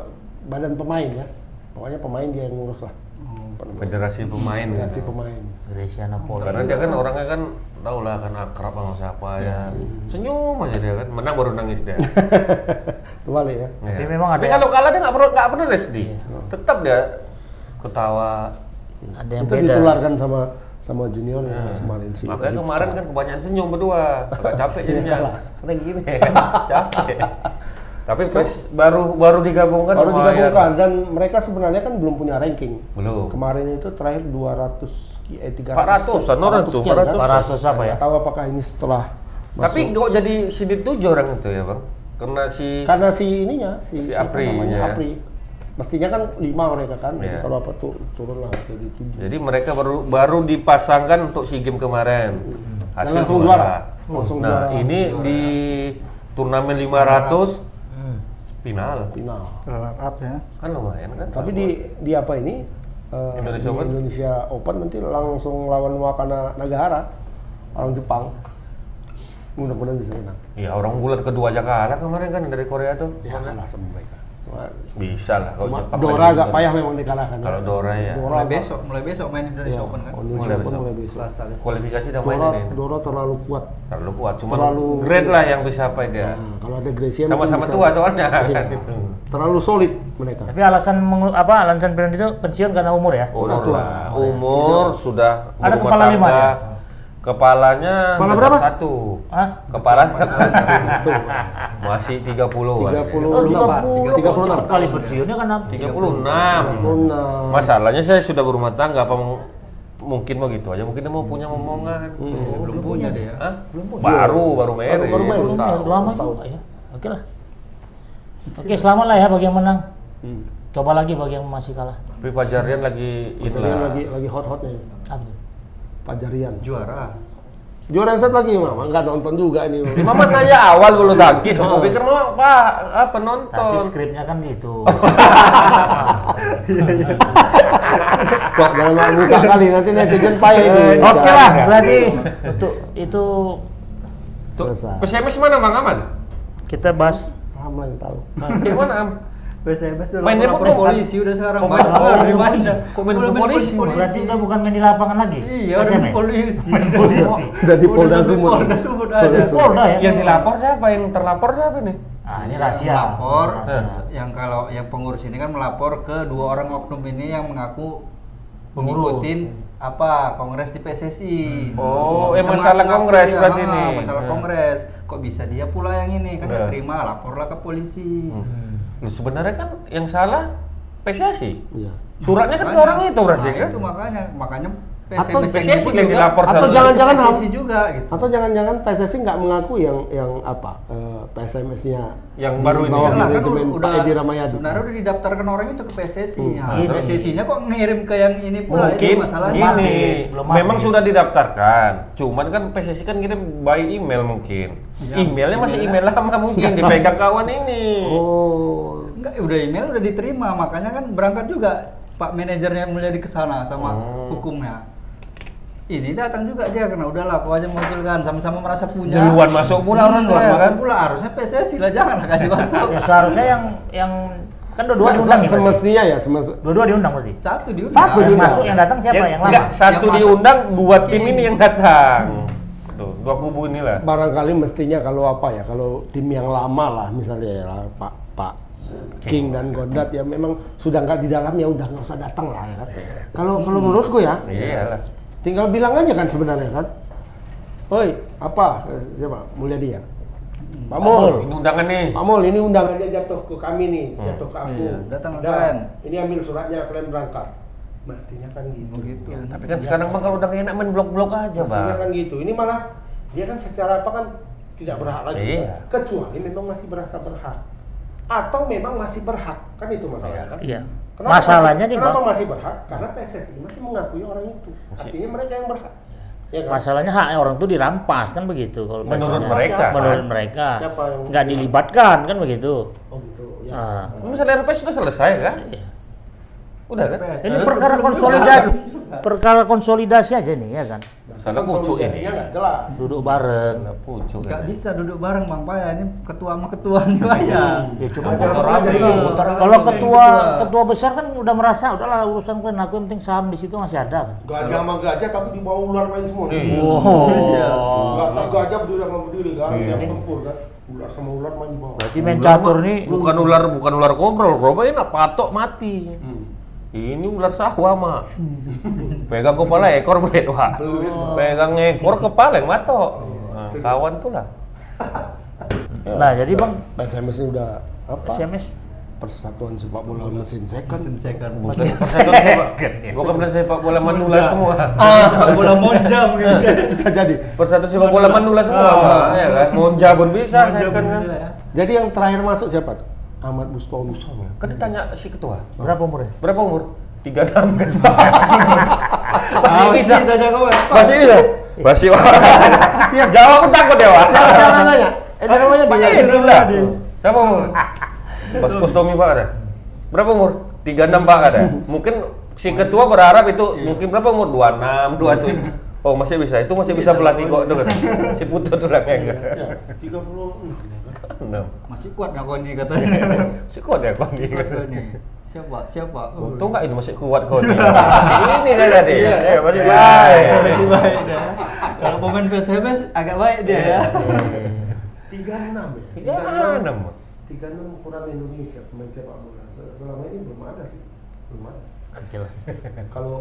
Speaker 2: badan pemain ya? Pokoknya pemain dia yang ngurus lah.
Speaker 3: Hmm. Federasi pemain.
Speaker 2: Ngasih
Speaker 3: gitu.
Speaker 2: pemain.
Speaker 1: Graciana Poli.
Speaker 3: Karena dia kan orangnya kan tau lah kan akrab sama siapa ya. Senyum aja dia kan, menang baru nangis dia. Iya.
Speaker 2: Itu balik ya.
Speaker 1: Tapi memang ada-
Speaker 3: Tapi kalau kalah dia nggak perlu nggak pernah dia sedih. Tetap dia ketawa.
Speaker 1: Ada yang
Speaker 2: Itu
Speaker 1: beda.
Speaker 2: ditularkan sama sama junior ya, yang kemarin sih.
Speaker 3: Iya. Makanya kemarin kan kebanyakan senyum berdua, agak capek jadinya.
Speaker 1: Keren gini.
Speaker 3: capek. Tapi terus baru baru digabungkan
Speaker 2: baru
Speaker 3: sama
Speaker 2: digabungkan
Speaker 3: yang-
Speaker 2: dan mereka sebenarnya kan belum punya ranking.
Speaker 3: Belum.
Speaker 2: Kemarin itu terakhir 200 ki- eh 300.
Speaker 3: 400-an orang tuh,
Speaker 2: 400-an,
Speaker 1: 400 apa
Speaker 2: kan? Nggak
Speaker 1: ya?
Speaker 2: Tahu apakah ini setelah
Speaker 3: Tapi kok jadi sidit tujuh orang itu ya bang? Karena si
Speaker 2: karena si ininya si,
Speaker 3: Si
Speaker 2: siapa
Speaker 3: Apri,
Speaker 2: namanya,
Speaker 3: ya.
Speaker 2: Apri. Mestinya kan lima mereka kan, jadi
Speaker 3: Iya.
Speaker 2: selalu apa tuh turun lah jadi tujuh.
Speaker 3: jadi mereka baru baru dipasangkan untuk si game kemarin. Hasil
Speaker 2: Hmm. langsung juara. Oh, Langsung
Speaker 3: nah
Speaker 2: juara.
Speaker 3: ini di turnamen 500 final
Speaker 2: Final.
Speaker 4: Runner up ya.
Speaker 3: kan lumayan kan?
Speaker 2: Tapi di di apa ini? eh,
Speaker 3: Indonesia
Speaker 2: di
Speaker 3: Open?
Speaker 2: Indonesia Open nanti langsung lawan Wakana Nagahara, orang Jepang. Mudah-mudahan bisa menang.
Speaker 3: Ya orang bulan kedua aja kalah kemarin kan dari Korea tuh.
Speaker 4: Iya,
Speaker 2: Ya
Speaker 4: kan?
Speaker 2: kalah sama mereka. Cuma,
Speaker 3: Bisa lah kalau
Speaker 2: cuma
Speaker 3: Jepang.
Speaker 2: Dora
Speaker 3: lagi
Speaker 2: agak
Speaker 3: juga.
Speaker 2: payah memang dikalahkan.
Speaker 3: Kalau Dora ya.
Speaker 2: Dora
Speaker 4: Mulai
Speaker 2: agak-
Speaker 4: besok, mulai besok main Indonesia Open kan.
Speaker 2: Oh, Indonesia
Speaker 3: Mulai
Speaker 2: Open
Speaker 3: besok.
Speaker 2: mulai besok.
Speaker 4: Selasa besok.
Speaker 3: Kualifikasi udah main
Speaker 2: Dora,
Speaker 3: ini.
Speaker 2: Dora terlalu kuat.
Speaker 3: Terlalu kuat, cuma
Speaker 2: Terlalu-
Speaker 3: grade lah yang bisa apa dia.
Speaker 2: Nah, kalau ada Gracia Iya.
Speaker 3: Sama-sama tua soalnya kan itu.
Speaker 2: Terlalu solid mereka.
Speaker 1: Tapi alasan mengu- apa alasan Brand itu pensiun karena umur ya?
Speaker 3: Umur
Speaker 2: tua.
Speaker 3: lah. Umur sudah
Speaker 1: Ada
Speaker 3: berumah
Speaker 1: kepala lima
Speaker 3: tangga.
Speaker 1: dia?
Speaker 3: Kepalanya
Speaker 2: Kepala
Speaker 3: tetap
Speaker 2: berapa?
Speaker 3: Satu.
Speaker 1: Hah?
Speaker 3: Kepala tetap satu. Masih 30 an
Speaker 2: tiga puluh
Speaker 1: Oh,
Speaker 2: enam
Speaker 1: 30.
Speaker 2: tiga puluh enam
Speaker 1: Kali pensiunnya kan
Speaker 3: 36.
Speaker 2: eh,
Speaker 3: Masalahnya saya sudah berumah tangga apa mau- mungkin mau gitu aja, mungkin dia mau punya omongan.
Speaker 4: Iya, Belum Hmm. punya dia. ya.
Speaker 3: Hah? Baru baru married.
Speaker 2: baru married.
Speaker 3: Baru setahun.
Speaker 1: lama juga ya. Oke lah. Oke, selamat lah ya bagi yang menang.
Speaker 2: Hmm.
Speaker 1: Coba lagi bagi yang masih kalah.
Speaker 3: Tapi Pak Jarian lagi
Speaker 2: Ini
Speaker 3: inilah.
Speaker 2: lagi lagi hot hotnya
Speaker 1: Apa tuh?
Speaker 2: Pajarian
Speaker 4: Juara.
Speaker 2: Juara set lagi mama nggak nonton juga ini
Speaker 3: Di Mamat nanya awal bulu tangkis, aku pikir mah Pak ah,
Speaker 1: Tapi
Speaker 2: Oh.
Speaker 3: penonton.
Speaker 1: skripnya kan gitu.
Speaker 2: kok jangan mau buka kali nanti netizen payah ya ini
Speaker 1: Oke lah, berarti untuk itu
Speaker 3: Tuh,
Speaker 2: Selesai.
Speaker 3: Pesimis mana Bang Aman?
Speaker 1: kita bahas
Speaker 2: Am lah yang tahu
Speaker 3: Gimana Am?
Speaker 4: Biasanya biasa
Speaker 3: Main dia
Speaker 4: lapor
Speaker 3: pun-
Speaker 4: polisi udah sekarang.
Speaker 1: Pemain-
Speaker 4: Main
Speaker 1: pemain
Speaker 4: di
Speaker 1: polisi.
Speaker 4: mana?
Speaker 3: Kok main
Speaker 4: Udah
Speaker 3: polisi?
Speaker 1: berarti udah bukan main di lapangan lagi.
Speaker 4: Iya, udah
Speaker 1: SMA?
Speaker 4: main polisi.
Speaker 1: Main polisi.
Speaker 2: Udah di Polda
Speaker 4: sampai
Speaker 2: Sumut.
Speaker 4: Polda Sumut ada.
Speaker 2: Polda Sumut.
Speaker 1: Polda ya.
Speaker 3: Yang dilapor siapa? Yang terlapor siapa nih?
Speaker 1: Ah, ini
Speaker 4: Yang
Speaker 1: rahasia.
Speaker 4: Melapor,
Speaker 1: Rahasia.
Speaker 4: yang kalau yang pengurus ini kan melapor ke dua orang oknum ini yang mengaku
Speaker 1: Pengurus. Hmm.
Speaker 4: mengikutin apa kongres di PSSI.
Speaker 3: Oh,
Speaker 4: Kok
Speaker 3: eh,
Speaker 4: bisa
Speaker 3: masalah
Speaker 4: mengaku
Speaker 3: kongres
Speaker 4: dia?
Speaker 3: berarti
Speaker 4: Ah,
Speaker 3: ini.
Speaker 4: Masalah
Speaker 1: Iya.
Speaker 3: Ya.
Speaker 4: kongres. Kok bisa dia pula yang ini? Kan
Speaker 3: Ya.
Speaker 4: nggak terima, laporlah ke polisi.
Speaker 1: Hmm.
Speaker 3: Lu sebenarnya kan yang salah PSSI.
Speaker 2: iya
Speaker 3: Suratnya kan ke orang itu berarti
Speaker 4: Nah,
Speaker 3: kan?
Speaker 4: itu makanya, makanya
Speaker 3: Atau PSSI
Speaker 4: PSSI pun
Speaker 3: yang
Speaker 4: juga-
Speaker 3: dilapor
Speaker 2: atau
Speaker 3: satu.
Speaker 2: jangan-jangan ham-
Speaker 4: PSSI juga gitu.
Speaker 2: atau jangan-jangan PSSI nggak mengaku yang yang apa eh, PSMS-nya
Speaker 3: Yang baru ini
Speaker 2: bawah
Speaker 3: ya?
Speaker 4: Iyalah, kan
Speaker 2: manajemen
Speaker 4: udah-
Speaker 2: Pak Edi Ramayadi
Speaker 4: Sebenarnya udah didaftarkan orang itu ke PSSI. Nah,
Speaker 1: Gini.
Speaker 4: PSSI-nya kok ngirim ke yang ini pula
Speaker 3: Mungkin
Speaker 4: itu masalahnya.
Speaker 3: gini,
Speaker 1: Belum mati.
Speaker 3: memang sudah didaftarkan. Cuman kan PSSI kan kirim by email mungkin.
Speaker 4: Ya,
Speaker 3: Emailnya masih email
Speaker 4: emailnya.
Speaker 3: lama mungkin dipegang kawan ini.
Speaker 2: oh
Speaker 4: Enggak, udah email udah diterima, makanya kan berangkat juga Pak manajernya mulai ke sana sama
Speaker 3: Oh.
Speaker 4: hukumnya. Ini datang juga dia karena udahlah kau aja mewakilkan sama-sama merasa punya.
Speaker 3: Jeluan masuk pula orang
Speaker 4: Jeluan
Speaker 3: dia,
Speaker 4: masuk
Speaker 3: kan?
Speaker 4: pula harusnya PSSI lah jangan lah kasih masuk.
Speaker 1: Ya seharusnya yang yang kan dua-dua
Speaker 2: Nggak,
Speaker 1: diundang ya. berarti?
Speaker 2: semestinya ya semestinya
Speaker 1: Dua-dua diundang berarti.
Speaker 4: Satu diundang.
Speaker 2: Satu
Speaker 1: Yang
Speaker 2: diundang.
Speaker 1: masuk yang datang siapa?
Speaker 3: Ya,
Speaker 1: Yang lama.
Speaker 3: enggak, satu
Speaker 4: Yang masuk.
Speaker 3: diundang, dua tim ini yang datang. Tuh, dua kubu inilah.
Speaker 2: barangkali mestinya kalau apa ya kalau tim yang lama lah misalnya ya lah, Pak Pak King dan Godat ya memang sudah nggak di dalam ya udah nggak usah datang lah ya kan. Kalau kalau menurutku ya
Speaker 3: Iyalah.
Speaker 2: tinggal bilang aja kan sebenarnya kan. Oi apa Eh, siapa Mulyadi ya? Pak Mul,
Speaker 3: Ini undangan nih.
Speaker 2: Pak Mul, ini undangannya jatuh ke kami nih, jatuh ke aku.
Speaker 4: Iya, datang ke
Speaker 2: Ada.
Speaker 4: kalian.
Speaker 2: Ini ambil suratnya kalian berangkat. Mestinya kan gitu.
Speaker 4: Begitu.
Speaker 3: Tapi kan sekarang bang kalau udah enak main blok-blok aja bang.
Speaker 2: Mestinya kan gitu. Ini malah dia kan secara apa kan tidak berhak lagi.
Speaker 3: Iya.
Speaker 2: Kecuali memang masih berasa berhak. Atau memang masih berhak. Kan itu masalahnya kan?
Speaker 1: Iya.
Speaker 2: Kenapa
Speaker 1: Masalahnya
Speaker 2: masih,
Speaker 1: nih,
Speaker 2: kenapa
Speaker 1: Bang.
Speaker 2: masih berhak? Karena PSSI masih mengakui orang itu. Artinya mereka yang berhak. Ya kan?
Speaker 1: Masalahnya hak orang itu dirampas kan begitu kalau
Speaker 3: Menurut
Speaker 1: biasanya.
Speaker 3: mereka.
Speaker 1: menurut mereka
Speaker 2: Siapa yang
Speaker 1: nggak dilibatkan kan begitu.
Speaker 2: Oh gitu. Ya.
Speaker 1: Ah.
Speaker 3: Misalnya RPS sudah selesai kan? Udah kan?
Speaker 1: Ini perkara konsolidasi, perkara konsolidasi aja nih ya kan.
Speaker 3: Salah pucuk ini.
Speaker 2: Konsolidasinya nggak jelas.
Speaker 1: Duduk bareng.
Speaker 3: Salah pucuk kan?
Speaker 4: Nggak
Speaker 3: ini.
Speaker 4: bisa duduk bareng Bang Paya, ini ketua sama ketua nih Paya.
Speaker 1: Ya cuma
Speaker 2: Acara
Speaker 3: motor
Speaker 2: apa
Speaker 3: apa
Speaker 2: jadi?
Speaker 3: ini?
Speaker 2: Motor apa?
Speaker 1: kalau ketua
Speaker 4: ketua.
Speaker 1: ketua besar kan udah merasa udahlah urusan kalian aku yang penting saham di situ masih ada. kan.
Speaker 2: Gajah sama gajah tapi di bawah ular main semua. nih.
Speaker 1: Iya.
Speaker 2: Di atas gajah berdiri sama berdiri kan,
Speaker 3: Iya.
Speaker 2: siap tempur kan. Ular sama ular main di bawah.
Speaker 1: Berarti main catur nih
Speaker 3: Bukan ular, bukan ular kobrol. Kobrol enak patok mati.
Speaker 2: Hmm.
Speaker 3: Ini ular sahwa mak. Pegang kepala ekor belit wah. Pegang ekor kepala yang matok. Nah, kawan tuh lah. Iya.
Speaker 1: Nah, jadi Bang
Speaker 2: SMS ini udah apa?
Speaker 1: SMS
Speaker 2: Persatuan sepak bola mesin kan second.
Speaker 4: Mesin second.
Speaker 3: Bukan persatuan sepak, bukan persatuan sepak bola manula semua.
Speaker 4: Ah, bola monja mungkin bisa.
Speaker 2: Bisa jadi.
Speaker 3: Persatuan sepak bola manula semua, Bang. ya kan? Monja pun bisa,
Speaker 4: gitu.
Speaker 3: saya kan. kan.
Speaker 4: ya.
Speaker 2: Jadi yang terakhir masuk siapa tuh? Ahmad Bustomi.
Speaker 3: Kan ditanya si ketua,
Speaker 1: berapa umurnya?
Speaker 3: berapa umur? 36 kan.
Speaker 4: Ah,
Speaker 3: Masih Ah, bisa.
Speaker 4: saja kau.
Speaker 3: Masih bisa. Masih orang. Tias jawab pun takut ya, Wak.
Speaker 2: Siapa siapa nanya? Eh, dia
Speaker 1: Iya,
Speaker 2: namanya dia.
Speaker 3: Pakai ini lah. Berapa umur? Pas pos Tommy Pak ada. Berapa umur? 36 Pak ada. Mungkin si ketua berharap itu
Speaker 2: Iya.
Speaker 3: mungkin berapa umur? 26, 27. Oh masih bisa, itu masih
Speaker 2: Iya,
Speaker 3: bisa pelatih kok itu kan. Si putut orangnya kan.
Speaker 2: Ya, 36 ya kan.
Speaker 3: Enam.
Speaker 4: Masih kuat nggak kau nih katanya.
Speaker 3: Si kuat ya kau nih.
Speaker 4: Kuat kau nih. Siapa? Siapa? Oh,
Speaker 3: Untung nggak ini masih kuat kau
Speaker 2: Iya.
Speaker 3: nih. Masih ini kan tadi. Ya masih baik.
Speaker 4: Masih baik dia. Kalau pemain PSMS agak baik dia ya.
Speaker 2: 36 ya.
Speaker 3: Ya
Speaker 2: 36.
Speaker 3: enam.
Speaker 2: 36 ukuran Indonesia pemain sepak bola. Selama ini belum ada sih. Belum ada.
Speaker 1: Oke lah.
Speaker 2: Kalau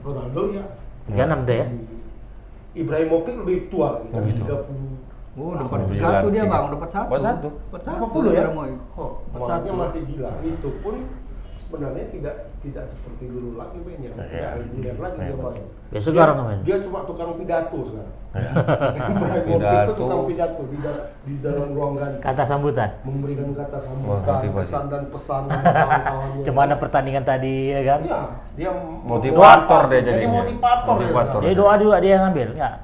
Speaker 2: Ronaldo ya
Speaker 1: 36 deh ya.
Speaker 2: si Ibrahimovic lebih tua lagi, kan? 30.
Speaker 4: Oh,
Speaker 3: Sembilan,
Speaker 4: dapat satu dia
Speaker 3: tiga.
Speaker 4: bang, dapat satu.
Speaker 3: Dapat satu.
Speaker 4: Dapat
Speaker 2: Apa
Speaker 4: satu
Speaker 2: puluh ya?
Speaker 4: Ramoy.
Speaker 2: Oh,
Speaker 4: Dapat
Speaker 2: maksudnya
Speaker 4: satu.
Speaker 2: masih gila. Itu pun sebenarnya tidak tidak seperti dulu lagi mainnya,
Speaker 1: Iya.
Speaker 2: tidak reguler lagi dia main.
Speaker 1: Ya, sekarang Iya. main.
Speaker 2: Dia cuma tukang pidato sekarang. Ibrahimovic itu
Speaker 3: Pidato.
Speaker 2: tukang pidato di, da- di dalam ruang ganti
Speaker 1: Kata sambutan.
Speaker 2: memberikan kata
Speaker 3: Wah,
Speaker 2: sambutan,
Speaker 3: nanti pasti.
Speaker 2: kesan dan pesan kawan-kawannya.
Speaker 1: Cemana pertandingan tadi ya kan?
Speaker 2: Iya, dia
Speaker 3: Motivator dia
Speaker 2: jadi.
Speaker 3: jadinya.
Speaker 2: motivator, dia
Speaker 3: Motivator.
Speaker 2: sekarang.
Speaker 1: Jadi doa juga dia yang ngambil enggak?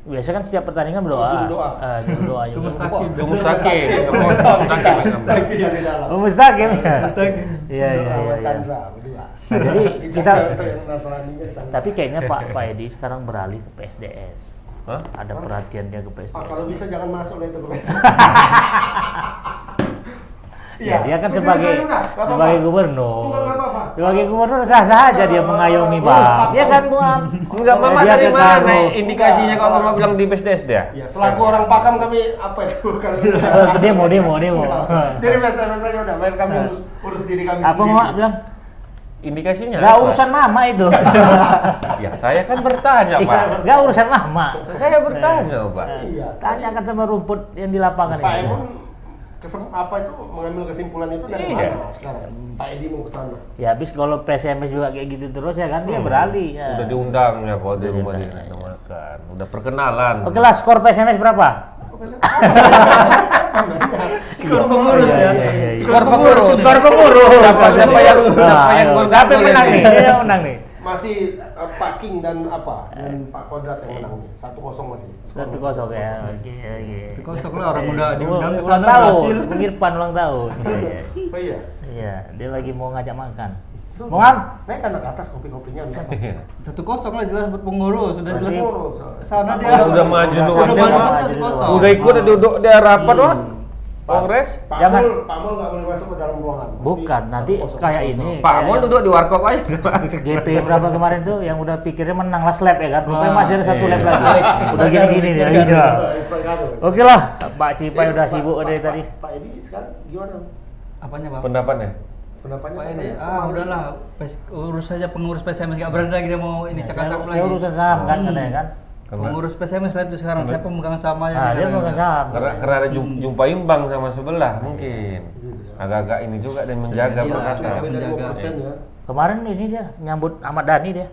Speaker 1: Biasa kan setiap pertandingan berdoa.
Speaker 2: Juru doa.
Speaker 1: Eh, juru doa
Speaker 4: Itu
Speaker 1: juga.
Speaker 4: mustahil.
Speaker 3: Itu mustahil. Mustahil.
Speaker 2: Lagi dari dalam.
Speaker 1: Oh, mustahil. ya? Iya,
Speaker 2: Doa
Speaker 1: iya,
Speaker 2: sama
Speaker 1: iya. iya.
Speaker 2: Chandra berdua.
Speaker 1: Nah, jadi kita
Speaker 2: Itu yang Nasraninya Chandra.
Speaker 1: tapi kayaknya Pak Pak Edi sekarang beralih ke PSDS.
Speaker 3: Hah?
Speaker 1: Ada perhatiannya ke
Speaker 2: Ah, kalau
Speaker 1: PSDS.
Speaker 2: bisa jangan masuk lah itu guys.
Speaker 1: Ya, dia kan
Speaker 2: Terus
Speaker 1: sebagai
Speaker 2: Iya. saya enggak, enggak
Speaker 1: sebagai
Speaker 2: apa-apa.
Speaker 1: gubernur.
Speaker 2: Enggak, enggak apa-apa.
Speaker 1: Sebagai gubernur sah-sah aja dia mengayomi Bang. Iya kan, Bang?
Speaker 3: Enggak mama
Speaker 1: Dia
Speaker 3: dari
Speaker 1: ke
Speaker 3: mana
Speaker 1: Karo.
Speaker 3: indikasinya
Speaker 2: Enggak,
Speaker 3: kalau
Speaker 2: salah.
Speaker 3: mama bilang di BSDS dia?
Speaker 2: Ya, Iya. selaku orang pakam kami apa itu kalau
Speaker 1: Eh, Demo, demo, demo. Nah.
Speaker 2: Jadi biasa-biasa aja udah main kami urus, urus diri kami
Speaker 1: Apa
Speaker 2: sendiri. Iya,
Speaker 1: Mak bilang?
Speaker 3: Indikasinya.
Speaker 1: Enggak
Speaker 3: apa?
Speaker 1: urusan mama itu.
Speaker 3: Ya saya kan bertanya Pak.
Speaker 1: Enggak urusan mama.
Speaker 3: Saya bertanya Pak.
Speaker 2: Iya.
Speaker 1: Tanyakan sama rumput yang di lapangan
Speaker 2: Pak
Speaker 1: ini.
Speaker 2: Emon kesem, apa itu mengambil kesimpulan itu dari
Speaker 3: Iya.
Speaker 2: mana sekarang? Pak Edi mau ke sana.
Speaker 1: Ya habis kalau PSMS juga kayak gitu terus ya kan dia
Speaker 2: Hmm.
Speaker 1: beralih. Ya.
Speaker 3: Udah diundang ya kalau di rumah dia ada makan. Udah perkenalan.
Speaker 1: Oke lah skor PSMS berapa?
Speaker 2: Iya,
Speaker 4: Skor pengurus
Speaker 1: iya,
Speaker 4: ya.
Speaker 3: Skor pengurus. Skor pengurus. Siapa siapa yang siapa yang gol
Speaker 1: Siapa yang
Speaker 3: gol
Speaker 1: menang
Speaker 3: ini?
Speaker 1: nih? Siapa yang menang nih?
Speaker 2: Masih eh, Pak King dan apa? Dan Pak Kodrat yang menang. 1-0 masih. Skor
Speaker 1: Satu
Speaker 2: masih
Speaker 1: kosong ya. Oke oke.
Speaker 4: Itu kosong lah orang udah diundang ke
Speaker 1: ulang
Speaker 4: sana
Speaker 1: tahun,
Speaker 4: berhasil.
Speaker 1: pengirpan ulang tahun. Iya, iya.
Speaker 2: Oh iya.
Speaker 1: Iya, dia lagi mau ngajak makan.
Speaker 2: So,
Speaker 1: Mau ngam?
Speaker 2: Naik anak atas kopi-kopinya enggak.
Speaker 4: Satu kosong lah jelas buat pengurus sudah jelas. Sana dia.
Speaker 3: Udah maju lu
Speaker 4: Sudah
Speaker 3: Anda.
Speaker 4: maju
Speaker 1: Pak.
Speaker 4: satu kosong.
Speaker 3: Udah ikut duduk di rapat Pak. Oh. Hmm. Kongres.
Speaker 2: Pak
Speaker 1: Jangan.
Speaker 2: Mul, Pak Mul nggak boleh masuk ke dalam ruangan.
Speaker 1: Bukan, nanti kayak ini.
Speaker 3: Pak
Speaker 1: kayak
Speaker 3: mau
Speaker 1: yang
Speaker 3: duduk di warkop aja. Pak.
Speaker 1: JP berapa kemarin tuh yang udah pikirnya menang last lap ya kan? Rupanya
Speaker 4: Ah,
Speaker 1: masih ada satu
Speaker 3: iya.
Speaker 1: lap lagi. Udah gini-gini ya. Iya. Oke lah, Pak Cipai udah sibuk dari tadi.
Speaker 2: Eh, Pak Edi sekarang gimana?
Speaker 4: Apanya bang?
Speaker 3: Pendapatnya.
Speaker 2: Pendapatnya
Speaker 4: Pak ini,
Speaker 2: katanya
Speaker 4: ah
Speaker 2: kemarin-
Speaker 4: udahlah, pes- urus saja pengurus PSMS nggak berani lagi dia mau ini
Speaker 1: Saya-
Speaker 4: cakap-cakap
Speaker 1: Saya
Speaker 4: lagi. Hmm.
Speaker 1: urusan saham kan katanya kan.
Speaker 4: Pengurus PSMS lah itu sekarang siapa memegang sama yang
Speaker 1: Nah, dia
Speaker 4: sekarang?
Speaker 1: memegang saham.
Speaker 3: Karena, karena ada jum- jumpa imbang sama sebelah mungkin. Agak-agak ini juga dan menjaga
Speaker 4: Sengaja.
Speaker 3: perkataan.
Speaker 2: Cuma beda
Speaker 4: Menjaga,
Speaker 2: 2% ya.
Speaker 1: Kemarin ini dia nyambut Ahmad Dhani dia.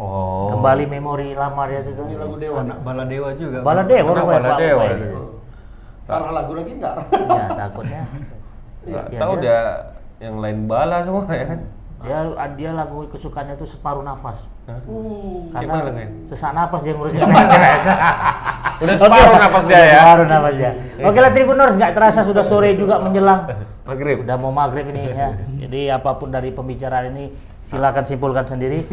Speaker 3: Oh.
Speaker 1: Kembali memori lama dia itu.
Speaker 2: Ini lagu Dewa. Oh.
Speaker 4: Anak Bala Dewa juga.
Speaker 1: Baladewa
Speaker 3: Karena
Speaker 1: rupanya, Pak,
Speaker 3: Baladewa
Speaker 1: rupanya.
Speaker 3: dia.
Speaker 2: Salah lagu lagi enggak?
Speaker 1: Ya, takutnya.
Speaker 3: Nggak
Speaker 1: Ya,
Speaker 3: tahu
Speaker 1: dia-
Speaker 3: dia yang lain bala semua ya kan.
Speaker 1: Dia dia lagu kesukaannya itu separuh nafas.
Speaker 3: Iya.
Speaker 2: Uh.
Speaker 3: Gimana
Speaker 1: Karena
Speaker 3: lagunya?
Speaker 1: sesak nafas dia ngurusin PSMS.
Speaker 3: Udah separuh nafas dia ya.
Speaker 1: Separuh nafas dia. Oke lah Tribuners, nggak terasa sudah sore juga menjelang.
Speaker 3: Maghrib.
Speaker 1: Udah mau maghrib ini ya. Jadi apapun dari pembicaraan ini silakan simpulkan sendiri.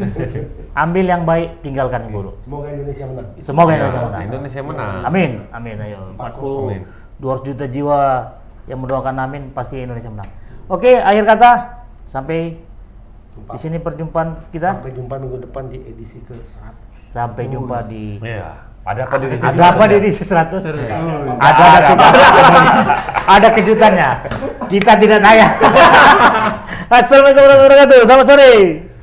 Speaker 1: Ambil yang baik, tinggalkan yang buruk.
Speaker 2: Semoga Indonesia menang.
Speaker 1: Semoga
Speaker 3: Ya,
Speaker 1: Indonesia menang.
Speaker 3: Indonesia menang.
Speaker 1: Amin, amin. Ayo 40
Speaker 3: Amin.
Speaker 1: 200 juta jiwa yang mendoakan amin pasti Indonesia menang. Oke, akhir kata sampai
Speaker 2: Jumpa.
Speaker 1: di sini perjumpaan kita.
Speaker 2: Sampai jumpa minggu depan di edisi ke 100.
Speaker 1: Sampai jumpa di
Speaker 3: Iya. Ada apa di sini?
Speaker 1: Ada apa di edisi 100? Ada ada,
Speaker 3: Ada apa?
Speaker 1: kejutan- ada kejutannya. Kita tidak tanya. Assalamualaikum warahmatullahi wabarakatuh. Selamat sore.